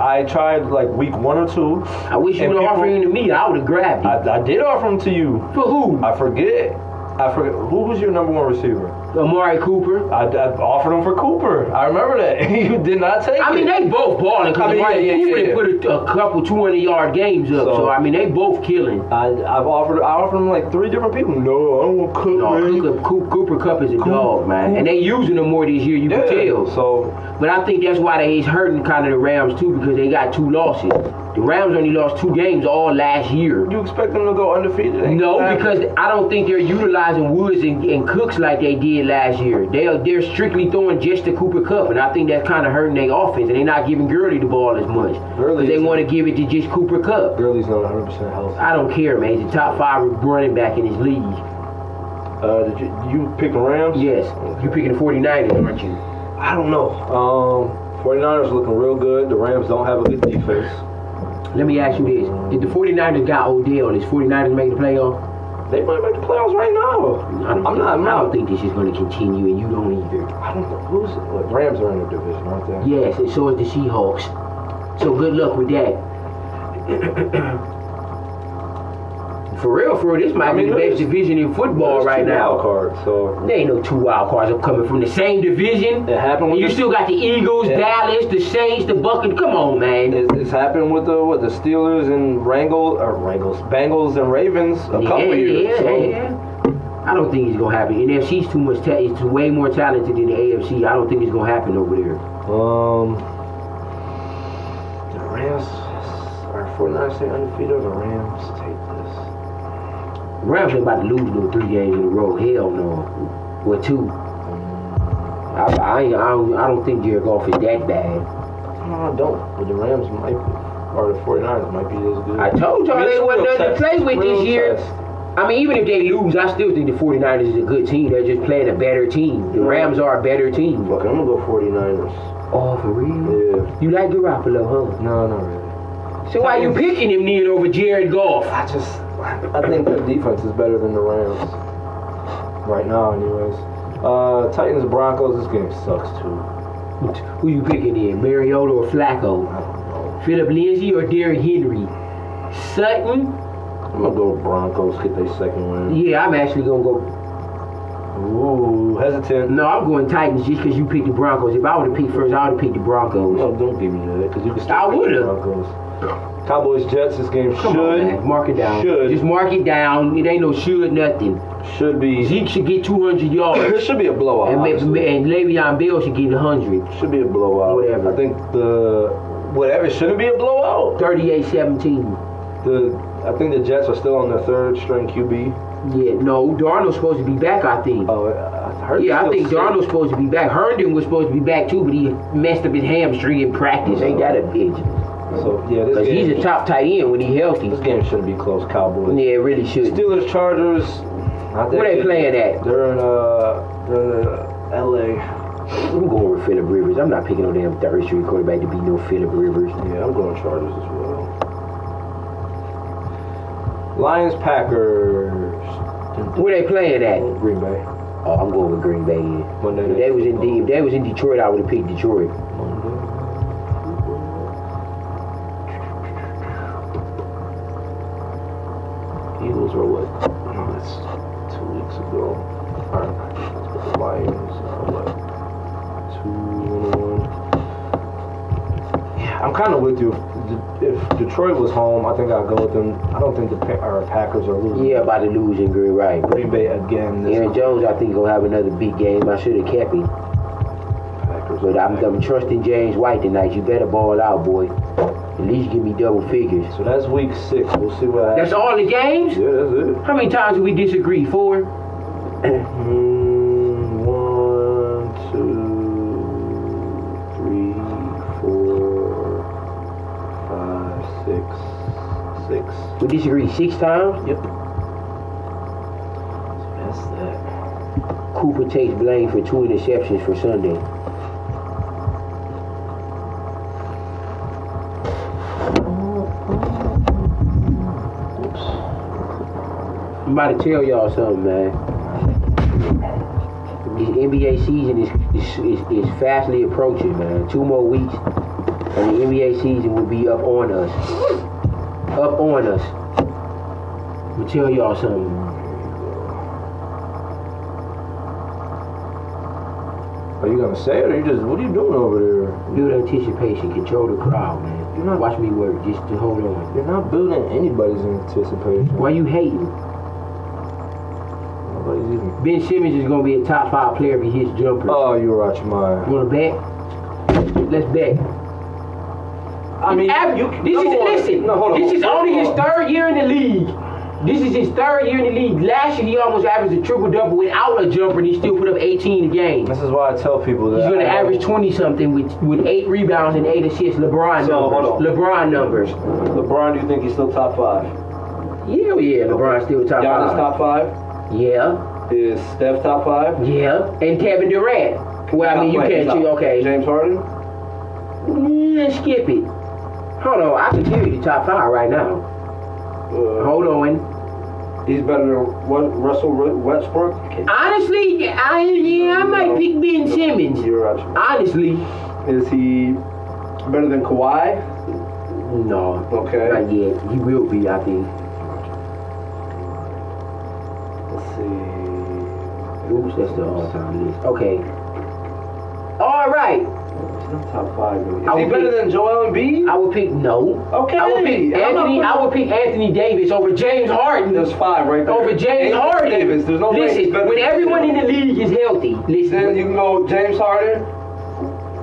Speaker 1: I tried like week one or two.
Speaker 2: I wish you
Speaker 1: And
Speaker 2: would
Speaker 1: people-
Speaker 2: offer him to me. I would have grabbed him.
Speaker 1: I, I did offer him to you.
Speaker 2: For who?
Speaker 1: I forget. I forget who was your number one receiver.
Speaker 2: Amari Cooper.
Speaker 1: I, I offered him for Cooper. I remember that. <laughs> you did not take
Speaker 2: I mean,
Speaker 1: it.
Speaker 2: they both balling because
Speaker 1: I mean,
Speaker 2: Amari
Speaker 1: yeah, yeah,
Speaker 2: Cooper
Speaker 1: yeah, yeah.
Speaker 2: done put a, a couple 200 yard games up. So,
Speaker 1: So-
Speaker 2: I mean, they both killing.
Speaker 1: I, I've offered. I offered him like three different people. No, I don't want Cook.
Speaker 2: No,
Speaker 1: man.
Speaker 2: Cooper, Cooper, Cooper Cup is a dog, man, and they using him more this year. You
Speaker 1: Yeah.
Speaker 2: can tell.
Speaker 1: So
Speaker 2: But I think that's why they is hurting kind of the Rams too because they got two losses. The Rams only lost two games all last year.
Speaker 1: You expect them to go undefeated? Ain't
Speaker 2: No,
Speaker 1: gonna
Speaker 2: because I don't think they're utilizing Woods and, and Cooks like they did last year. They're they're strictly throwing just the Cooper Cup, and I think that's kind of hurting their offense. And they're not giving Gurley the ball as much. 'Cause they
Speaker 1: Gurley's-
Speaker 2: want to give it to just Cooper Cup.
Speaker 1: Gurley's not 100 percent healthy.
Speaker 2: I don't care, man. He's the top five running back in his league.
Speaker 1: Uh, did you you pick the Rams?
Speaker 2: Yes, you're picking the 49ers, aren't you?
Speaker 1: I don't know. Um, 49ers looking real good. The Rams don't have a good defense.
Speaker 2: Let me ask you this: If the 49ers got Odell, is 49ers making the playoff?
Speaker 1: They might make the playoffs right now.
Speaker 2: I don't,
Speaker 1: I'm
Speaker 2: think,
Speaker 1: not. I'm
Speaker 2: I don't
Speaker 1: not.
Speaker 2: think this is going to continue, and you don't either.
Speaker 1: I don't know who's. What, Rams are in the division, aren't they?
Speaker 2: Yes, and so is the Seahawks. So good luck with that. <coughs> for real, for real, this might
Speaker 1: I mean,
Speaker 2: be the
Speaker 1: look,
Speaker 2: best division in football
Speaker 1: There's
Speaker 2: right
Speaker 1: two Wild
Speaker 2: now.
Speaker 1: card. So
Speaker 2: There ain't no two wild cards I'm coming from the same division.
Speaker 1: it happened.
Speaker 2: And
Speaker 1: With
Speaker 2: you
Speaker 1: the-
Speaker 2: still got the Eagles,
Speaker 1: Yeah.
Speaker 2: Dallas, the Saints, the Buccaneers. Come on, man.
Speaker 1: It's, it's happened with the what the Steelers and Wrangles or Wrangles Bengals and Ravens a couple
Speaker 2: yeah,
Speaker 1: years.
Speaker 2: yeah,
Speaker 1: so
Speaker 2: yeah. I don't think it's gonna happen. NFC's too much. Ta- it's way more talented than the AFC. I don't think it's gonna happen over there.
Speaker 1: Um, the Rams are 49 stay undefeated. The Rams take this.
Speaker 2: Rams ain't about to lose no three games in a row. Hell no. Or two. I, I, ain't- I, don't, I don't think Jared Goff is that bad.
Speaker 1: No, I don't. But the Rams might, or the 49ers might be as good.
Speaker 2: I told y'all
Speaker 1: I mean,
Speaker 2: they
Speaker 1: it's
Speaker 2: wasn't
Speaker 1: real
Speaker 2: nothing
Speaker 1: test.
Speaker 2: to play with
Speaker 1: Real
Speaker 2: this year.
Speaker 1: test.
Speaker 2: I mean, even if they lose, I still think the 49ers is a good team. They're just playing a better team. The
Speaker 1: Yeah.
Speaker 2: Rams are a better team.
Speaker 1: Look, I'm gonna go 49ers.
Speaker 2: Oh, for real?
Speaker 1: Yeah.
Speaker 2: You like Garoppolo,
Speaker 1: No, not really.
Speaker 2: huh? So why you picking him then over Jared Goff?
Speaker 1: I just, I think their defense is better than the Rams right now, anyways. Uh, Titans Broncos. This game sucks too.
Speaker 2: Who you picking in, Mariota or Flacco?
Speaker 1: I don't know.
Speaker 2: Philip Lindsay or Derrick Henry? Sutton?
Speaker 1: I'm gonna go Broncos. Get their second win.
Speaker 2: Yeah, I'm actually gonna go
Speaker 1: Ooh, hesitant.
Speaker 2: No, I'm going Titans just because you picked the Broncos. If I would have picked first, I would have picked the Broncos.
Speaker 1: No, don't give me that because you can. still
Speaker 2: I
Speaker 1: pick
Speaker 2: would've.
Speaker 1: the Broncos. Cowboys Jets. This game
Speaker 2: Come on,
Speaker 1: should
Speaker 2: man. Mark it down.
Speaker 1: Should
Speaker 2: Just mark it down. It ain't no should nothing.
Speaker 1: should be.
Speaker 2: Zeke should get 200 yards.
Speaker 1: <coughs> This should be a blowout.
Speaker 2: and, maybe-
Speaker 1: honestly.
Speaker 2: and Le'Veon Bell should get 100.
Speaker 1: should be a blowout.
Speaker 2: Whatever.
Speaker 1: I think the whatever shouldn't be a blowout.
Speaker 2: 38-17.
Speaker 1: The I think the Jets are still on their third string QB.
Speaker 2: Yeah, no, Darnold's supposed to be back, I think.
Speaker 1: Oh, I heard
Speaker 2: Yeah, I
Speaker 1: still
Speaker 2: think
Speaker 1: sick.
Speaker 2: Darnold's supposed to be back. Herndon was supposed to be back too, but he messed up his hamstring in practice. Ain't that a bitch?
Speaker 1: So yeah, this
Speaker 2: Because he's
Speaker 1: game,
Speaker 2: a top tight end when he healthy.
Speaker 1: this game shouldn't be close. Cowboys.
Speaker 2: Yeah, it really should.
Speaker 1: Steelers Chargers. not that
Speaker 2: Where they
Speaker 1: good.
Speaker 2: playing at?
Speaker 1: They're in uh they're in uh, L.A.
Speaker 2: I'm going with Philip Rivers. I'm not picking no damn third string quarterback to be no Philip Rivers.
Speaker 1: Yeah, I'm going Chargers as well. Lions Packers.
Speaker 2: Where they playing at?
Speaker 1: Green Bay.
Speaker 2: Oh, I'm going with Green Bay. then. If they was in D, if they was in Detroit, I would have picked Detroit.
Speaker 3: Eagles were what? That's two weeks ago. Alright. Lions are what? Two and one.
Speaker 1: Yeah, I'm kind of with you. De- If Detroit was home, I think I'd go with them. I don't think the pa- our Packers are losing.
Speaker 2: Yeah, about to lose in Green Bay.
Speaker 1: Green Bay again. This
Speaker 2: Aaron Jones, I think, gonna have another big game. I should have kept him,
Speaker 3: Packers.
Speaker 2: but I'm, I'm trusting James White tonight. You better ball out, boy. At least give me double figures.
Speaker 1: So that's week six. We'll see what happens.
Speaker 2: That's all the games.
Speaker 1: yeah, that's it.
Speaker 2: How many times do we disagree? Four.
Speaker 1: Mm, one, two, three, four, five, six, six.
Speaker 2: We disagree six times.
Speaker 1: Yep. That's that.
Speaker 2: Cooper takes blame for two interceptions for Sunday. I'm about to tell y'all something, man. This NBA season is, is, is, is fastly approaching, man. Two more weeks, and the NBA season will be up on us. Up on us. I'm gonna tell y'all something.
Speaker 1: Are you gonna say it or you just what are you doing over there?
Speaker 2: Build anticipation, control the crowd, man.
Speaker 1: You're not
Speaker 2: Watch me work, just to hold on.
Speaker 1: you're not building anybody's anticipation.
Speaker 2: Why you hating?
Speaker 1: Nobody's even
Speaker 2: Ben Simmons is gonna be a top five player if he hits jumpers.
Speaker 1: Oh you're out your
Speaker 2: you
Speaker 1: mind.
Speaker 2: wanna bet? Let's bet.
Speaker 1: I mean
Speaker 2: Ab-
Speaker 1: you
Speaker 2: this
Speaker 1: number
Speaker 2: is
Speaker 1: one-
Speaker 2: listen.
Speaker 1: No, hold on.
Speaker 2: this is
Speaker 1: First
Speaker 2: only
Speaker 1: of
Speaker 2: his
Speaker 1: all-
Speaker 2: third year in the league. This is his third year in the league. Last year he almost averaged a triple double without a jumper, and he still put up 18 a game.
Speaker 1: This is why I tell people that
Speaker 2: He's gonna
Speaker 1: I-
Speaker 2: average 20 something with with eight rebounds and eight assists. LeBron
Speaker 1: So, hold
Speaker 2: numbers. LeBron numbers.
Speaker 3: LeBron, do you think he's still top five?
Speaker 2: Yeah, yeah. LeBron still top
Speaker 3: Giannis
Speaker 2: five.
Speaker 3: top five?
Speaker 2: Yeah,
Speaker 3: Is Steph top five?
Speaker 2: yeah. And Kevin Durant. Well, I mean, you
Speaker 3: Top five,
Speaker 2: can't.
Speaker 3: top.
Speaker 2: You, okay.
Speaker 3: James Harden?
Speaker 2: Yeah, skip it. Hold on, I can tell you the top five right now.
Speaker 3: Uh,
Speaker 2: Hold on.
Speaker 3: he's better than what, Russell Ru- Westbrook?
Speaker 2: Honestly, I yeah, I might pick Ben Simmons.
Speaker 3: You're out your mind.
Speaker 2: Honestly,
Speaker 3: Is he better than Kawhi?
Speaker 2: no.
Speaker 3: Okay.
Speaker 2: Not yet. He will be, I think.
Speaker 3: Let's see.
Speaker 2: Oops, that's the all-time list. Okay. All right,
Speaker 3: He's not top five. Really. Is
Speaker 2: I
Speaker 3: he
Speaker 2: would
Speaker 3: better
Speaker 2: be-
Speaker 3: than Joel Embiid?
Speaker 2: I would pick no.
Speaker 3: Okay.
Speaker 2: I would pick
Speaker 3: I'm not
Speaker 2: Anthony.
Speaker 3: putting-
Speaker 2: I would pick Anthony Davis over James Harden.
Speaker 3: There's five right there.
Speaker 2: Over
Speaker 3: Anthony
Speaker 2: James Harden.
Speaker 3: Davis. There's no way
Speaker 2: listen,
Speaker 3: he's better
Speaker 2: when
Speaker 3: than-
Speaker 2: everyone in the league is healthy, listen.
Speaker 3: Then you can go James Harden,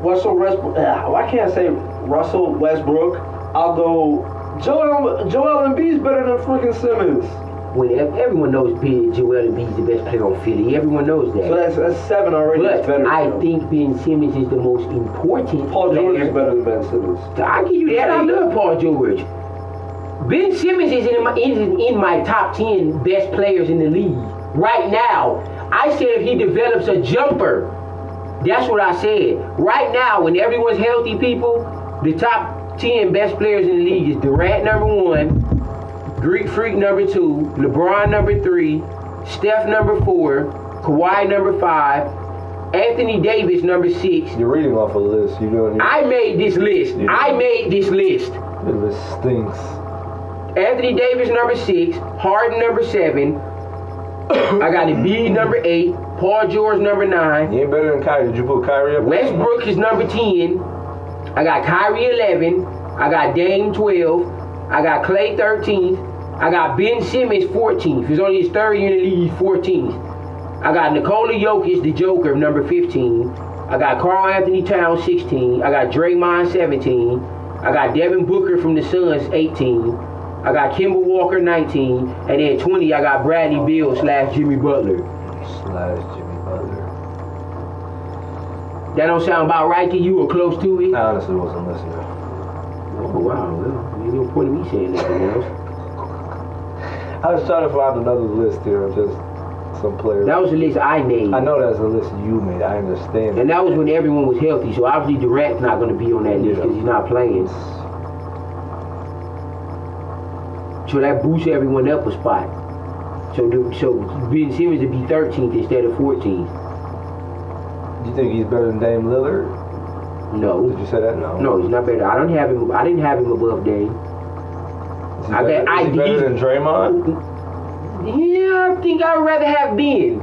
Speaker 3: Russell Westbrook. Ah, well, I can't say Russell Westbrook. I'll go Joel. Joel Embiid's better than freaking Simmons.
Speaker 2: when ev- everyone knows Ben Joel Embiid's the best player on Philly, everyone knows that.
Speaker 3: So that's, that's seven already. That's
Speaker 2: But
Speaker 3: better.
Speaker 2: I
Speaker 3: than him.
Speaker 2: think Ben Simmons is the most important.
Speaker 3: Paul George
Speaker 2: player.
Speaker 3: is better than Ben Simmons.
Speaker 2: I give you that. I
Speaker 3: Yeah.
Speaker 2: love Paul George. Ben Simmons is in my is in my top ten best players in the league right now. I said if he develops a jumper, that's what I said. Right now, when everyone's healthy, people, the top ten best players in the league is Durant number one, Greek Freak number two, LeBron number three, Steph number four, Kawhi number five, Anthony Davis number six.
Speaker 1: You're reading off a list. You're doing
Speaker 2: I made this list.
Speaker 1: Yeah.
Speaker 2: I made this list.
Speaker 1: your list stinks.
Speaker 2: Anthony Davis number six, Harden number seven. <coughs> I got Embiid number eight, Paul George number nine,
Speaker 1: You ain't better than Kyrie. Did you put Kyrie up?
Speaker 2: Westbrook is number ten. I got Kyrie eleven. I got Dame twelve. I got Clay thirteenth. I got Ben Simmons fourteenth. He's only his third year in the league, fourteenth. I got Nikola Jokic, the Joker, number 15. I got Carl Anthony Towns, 16. I got Draymond, 17. I got Devin Booker from the Suns, 18. I got Kimball Walker, 19. And then 20, I got Bradley Beal slash Jimmy Butler.
Speaker 1: Slash Jimmy Butler.
Speaker 2: That don't sound about right to you or close to it?
Speaker 1: I honestly wasn't listening.
Speaker 2: Oh, wow. Well, ain't no point in me saying nothing else.
Speaker 1: I was trying to find another list here of just some players.
Speaker 2: That was the list I made.
Speaker 1: I know that's the list you made. I understand.
Speaker 2: And that was when everyone was healthy. So obviously Durant's not going to be on that list because he's not playing. So that boosts everyone up a spot. So, the, so Ben Simmons would be 13th instead of 14th.
Speaker 1: You think he's better than Dame Lillard? Did
Speaker 2: No,
Speaker 1: you say that? No.
Speaker 2: no, he's not better. I don't have him. I didn't have him above Dame.
Speaker 1: Is he
Speaker 2: I
Speaker 1: better,
Speaker 2: bet I-
Speaker 1: is he better
Speaker 2: he's-
Speaker 1: than Draymond?
Speaker 2: Yeah, I think I'd rather have Ben.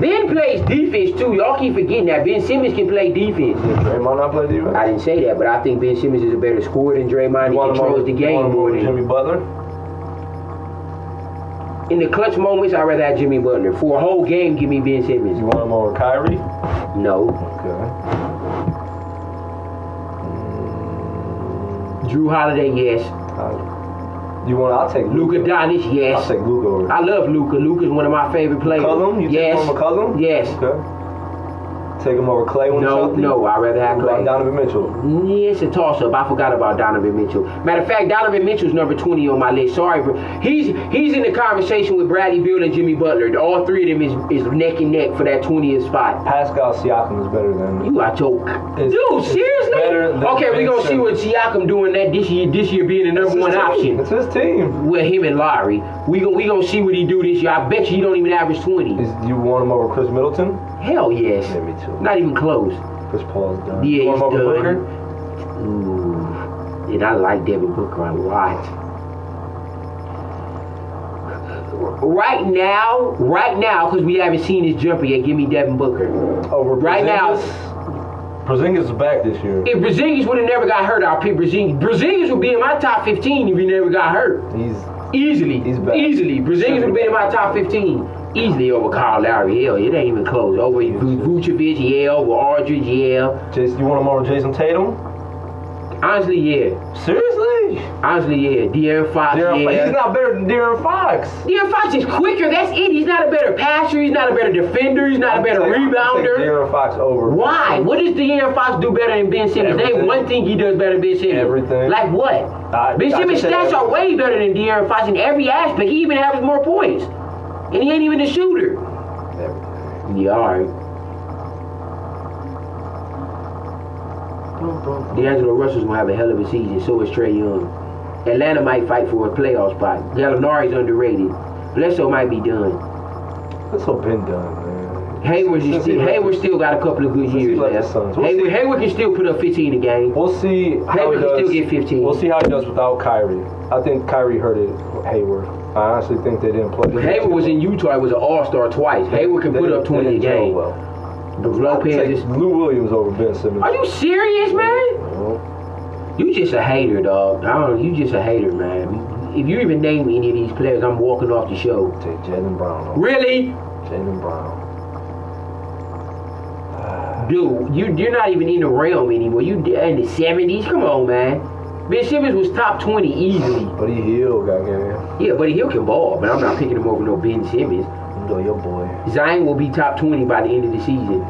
Speaker 2: Ben plays defense too. Y'all keep forgetting that Ben Simmons can play defense.
Speaker 1: Did Draymond not play defense?
Speaker 2: I didn't say that, but I think Ben Simmons is a better scorer than Draymond. He
Speaker 1: You want him over-
Speaker 2: controls the
Speaker 1: you want
Speaker 2: game
Speaker 1: him
Speaker 2: more
Speaker 1: over
Speaker 2: than
Speaker 1: Jimmy Butler.
Speaker 2: in the clutch moments. I'd rather have Jimmy Butler for a whole game. Give me
Speaker 1: You
Speaker 2: Ben Simmons.
Speaker 1: want him over Kyrie?
Speaker 2: No,
Speaker 1: Okay.
Speaker 2: Drew Holiday. Yes,
Speaker 1: Uh, You want? I'll take
Speaker 2: Luka
Speaker 1: Luca.
Speaker 2: Doncic.
Speaker 1: I'll
Speaker 2: Yes,
Speaker 1: take Luca over.
Speaker 2: I love Luka. Luka's one of my favorite players.
Speaker 1: McCollum? You
Speaker 2: yes,
Speaker 1: take him over McCollum?
Speaker 2: yes.
Speaker 1: Okay. Take him over Clay when
Speaker 2: No,
Speaker 1: he's healthy?
Speaker 2: no. I'd rather have
Speaker 1: What about
Speaker 2: Clay.
Speaker 1: Donovan Mitchell.
Speaker 2: Yeah, it's a toss-up. I forgot about Donovan Mitchell. Matter of fact, Donovan Mitchell's number 20 on my list. Sorry, bro. He's he's in the conversation with Bradley Beal and Jimmy Butler. All three of them is, is neck and neck for that 20th spot.
Speaker 1: Pascal Siakam is better than.
Speaker 2: You got choke.
Speaker 1: It's-
Speaker 2: Dude,
Speaker 1: it's
Speaker 2: seriously?
Speaker 1: better than
Speaker 2: Okay, we're gonna see
Speaker 1: Benson.
Speaker 2: what Siakam doing that this year this year being the
Speaker 1: It's
Speaker 2: number
Speaker 1: his
Speaker 2: one
Speaker 1: team.
Speaker 2: option.
Speaker 1: It's his team.
Speaker 2: With him and Lowry. We gonna we gonna see what he do this year. I bet you he don't even average 20.
Speaker 1: Is you want him over Chris Middleton?
Speaker 2: Hell yes.
Speaker 1: Yeah, me too.
Speaker 2: Not even close.
Speaker 1: Chris Paul's done.
Speaker 2: Yeah,
Speaker 1: you want him
Speaker 2: he's
Speaker 1: over
Speaker 2: done.
Speaker 1: Booker?
Speaker 2: Ooh, and I like Devin Booker a lot. Right now, right now, because we haven't seen his jumper yet, give me Devin Booker.
Speaker 1: Over
Speaker 2: Right now-
Speaker 1: Porzingis? Porzingis is back this year.
Speaker 2: If Brazingis would have never got hurt, I'll pick Brazingis. Brazingis would be in my top 15 if he never got hurt.
Speaker 1: He's
Speaker 2: Easily.
Speaker 1: He's back.
Speaker 2: Easily. Brazingis would have been in my top 15. Easily over Kyle Lowry. Hell, it ain't even close. Over Vucevic, yeah. Over Aldridge, yeah.
Speaker 1: Jason. You want him over Jason Tatum?
Speaker 2: Honestly, yeah.
Speaker 1: Seriously?
Speaker 2: Honestly, yeah. De'Aaron Fox,
Speaker 1: Darren,
Speaker 2: yeah.
Speaker 1: He's not better than Darren Fox.
Speaker 2: De'Aaron Fox is quicker. That's it. He's not a better passer. He's not a better defender. He's not a better
Speaker 1: Take- Take
Speaker 2: rebounder.
Speaker 1: Darren Fox over.
Speaker 2: Why? What does De'Aaron Fox do better than Ben Simmons? They
Speaker 1: Everything.
Speaker 2: one thing he does better than Ben Simmons.
Speaker 1: Everything.
Speaker 2: Like what?
Speaker 1: I-
Speaker 2: ben
Speaker 1: I
Speaker 2: Simmons'
Speaker 1: just said
Speaker 2: stats are
Speaker 1: everything.
Speaker 2: way better than De'Aaron Fox in every aspect. He even has more points, and he ain't even a shooter. Yeah, all right. D'Angelo Russell's gonna have a hell of a season. So is Trey Young. Atlanta might fight for a playoff spot. Gallinari's underrated. Bledsoe might be done.
Speaker 1: That's all been done, man.
Speaker 2: Hayward
Speaker 1: Since he
Speaker 2: still,
Speaker 1: left-
Speaker 2: Hayward still got a couple of good
Speaker 1: Since he
Speaker 2: years
Speaker 1: left the
Speaker 2: left.
Speaker 1: Suns. We'll
Speaker 2: Hayward,
Speaker 1: see.
Speaker 2: Hayward can still put up 15 a game.
Speaker 1: We'll see how
Speaker 2: Hayward
Speaker 1: he
Speaker 2: can
Speaker 1: does.
Speaker 2: still get 15.
Speaker 1: We'll see how he does without Kyrie. I think Kyrie hurted Hayward. I honestly think they didn't play.
Speaker 2: When Hayward was in Utah, he was an All-Star twice. Hayward can
Speaker 1: They
Speaker 2: put
Speaker 1: didn't-
Speaker 2: up 20
Speaker 1: they
Speaker 2: a
Speaker 1: didn't gel
Speaker 2: game.
Speaker 1: Well.
Speaker 2: But Lopez
Speaker 1: Take
Speaker 2: is.
Speaker 1: Lou Williams over Ben Simmons. Oh,
Speaker 2: Are you serious, man?
Speaker 1: Well,
Speaker 2: You just a hater, dog. I don't. You just a hater, man. If you even name any of these players, I'm walking off the show.
Speaker 1: Take Jalen Brown over.
Speaker 2: Really,
Speaker 1: Jalen Brown.
Speaker 2: dude? You you're not even in the realm anymore. You d- in the 70s? Come on, man. Ben Simmons was top 20 easily.
Speaker 1: But he healed, goddamn.
Speaker 2: Yeah, but he can ball. But I'm not picking him over no Ben Simmons.
Speaker 1: You know your boy.
Speaker 2: Zion will be top 20 by the end of the season.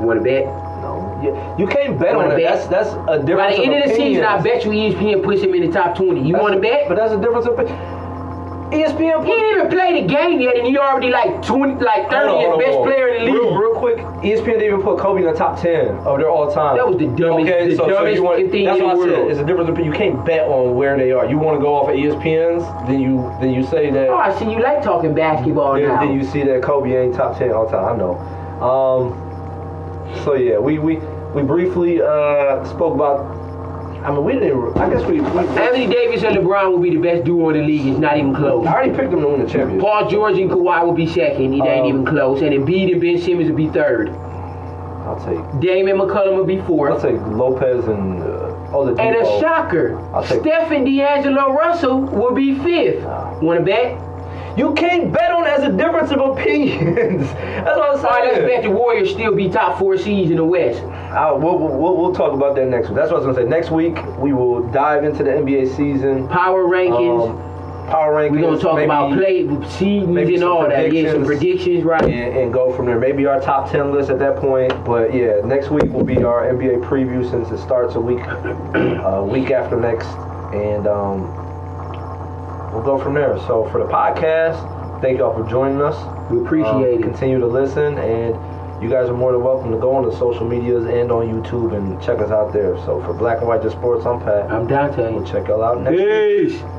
Speaker 2: Want to bet?
Speaker 1: No. You, you can't bet
Speaker 2: Wanna
Speaker 1: on it.
Speaker 2: bet?
Speaker 1: That's that's a difference.
Speaker 2: By the end of the season, I
Speaker 1: opinions.
Speaker 2: bet you E ESPN puts him in the top 20. You
Speaker 1: That's-
Speaker 2: want to bet?
Speaker 1: But that's a difference of opinion. E ESPN.
Speaker 2: He ain't even played the game yet, and he already like 20, like
Speaker 1: Hold
Speaker 2: 30th
Speaker 1: on, hold on,
Speaker 2: best
Speaker 1: hold on.
Speaker 2: player in the league.
Speaker 1: Real, real quick, E ESPN didn't even put Kobe in the top ten of their all time.
Speaker 2: That was the dumbest-
Speaker 1: Okay,
Speaker 2: the
Speaker 1: so, so
Speaker 2: dumbest
Speaker 1: you want,
Speaker 2: thing
Speaker 1: that's
Speaker 2: in
Speaker 1: what
Speaker 2: the
Speaker 1: I
Speaker 2: world.
Speaker 1: Said. It's a difference. of- You can't bet on where they are. You want to go off of E ESPN's, then you then you say that.
Speaker 2: Oh, I see you like talking basketball
Speaker 1: then,
Speaker 2: now.
Speaker 1: then you see that Kobe ain't top ten all time. I know. Um. So yeah, we we we briefly uh spoke about. I mean, we didn't. I guess we. we I
Speaker 2: Anthony Davis and LeBron will be the best duo in the league. It's not even close.
Speaker 1: already picked them to win the championship.
Speaker 2: Paul George and Kawhi will be second. It ain't
Speaker 1: Um,
Speaker 2: even close. And Embiid and Ben Simmons will be third.
Speaker 1: I'll take.
Speaker 2: Damon McCullum will be
Speaker 1: I'll
Speaker 2: fourth.
Speaker 1: take Lopez and uh, Oladipo.
Speaker 2: And a shocker,
Speaker 1: I'll take-
Speaker 2: Steph and D'Angelo Russell will be fifth. Want to bet?
Speaker 1: You can't bet on as a difference of opinions. <laughs> That's what I'm
Speaker 2: All right, let's bet
Speaker 1: saying.
Speaker 2: the Warriors still be top four seeds in the West.
Speaker 1: Uh, we'll, we'll- we'll, we'll talk about that next week. That's what I was gonna say. Next week we will dive into the NBA season,
Speaker 2: Power rankings.
Speaker 1: um, power rankings.
Speaker 2: We're gonna talk
Speaker 1: maybe-
Speaker 2: about play seedings
Speaker 1: maybe
Speaker 2: and
Speaker 1: some
Speaker 2: all that. Yeah, some
Speaker 1: predictions.
Speaker 2: predictions, right?
Speaker 1: and, and go from there. Maybe our top ten list at that point. But yeah, next week will be our NBA preview since it starts a week <clears throat> uh, week after next, and um, we'll go from there. So for the podcast, thank y'all for joining us.
Speaker 2: We appreciate
Speaker 1: Um,
Speaker 2: it.
Speaker 1: Continue to listen, and you guys are more than welcome to go on the social medias and on YouTube and check us out there. So for Black and White Just Sports, I'm Pat.
Speaker 2: I'm Dante.
Speaker 1: We'll check y'all out next week.
Speaker 2: Peace.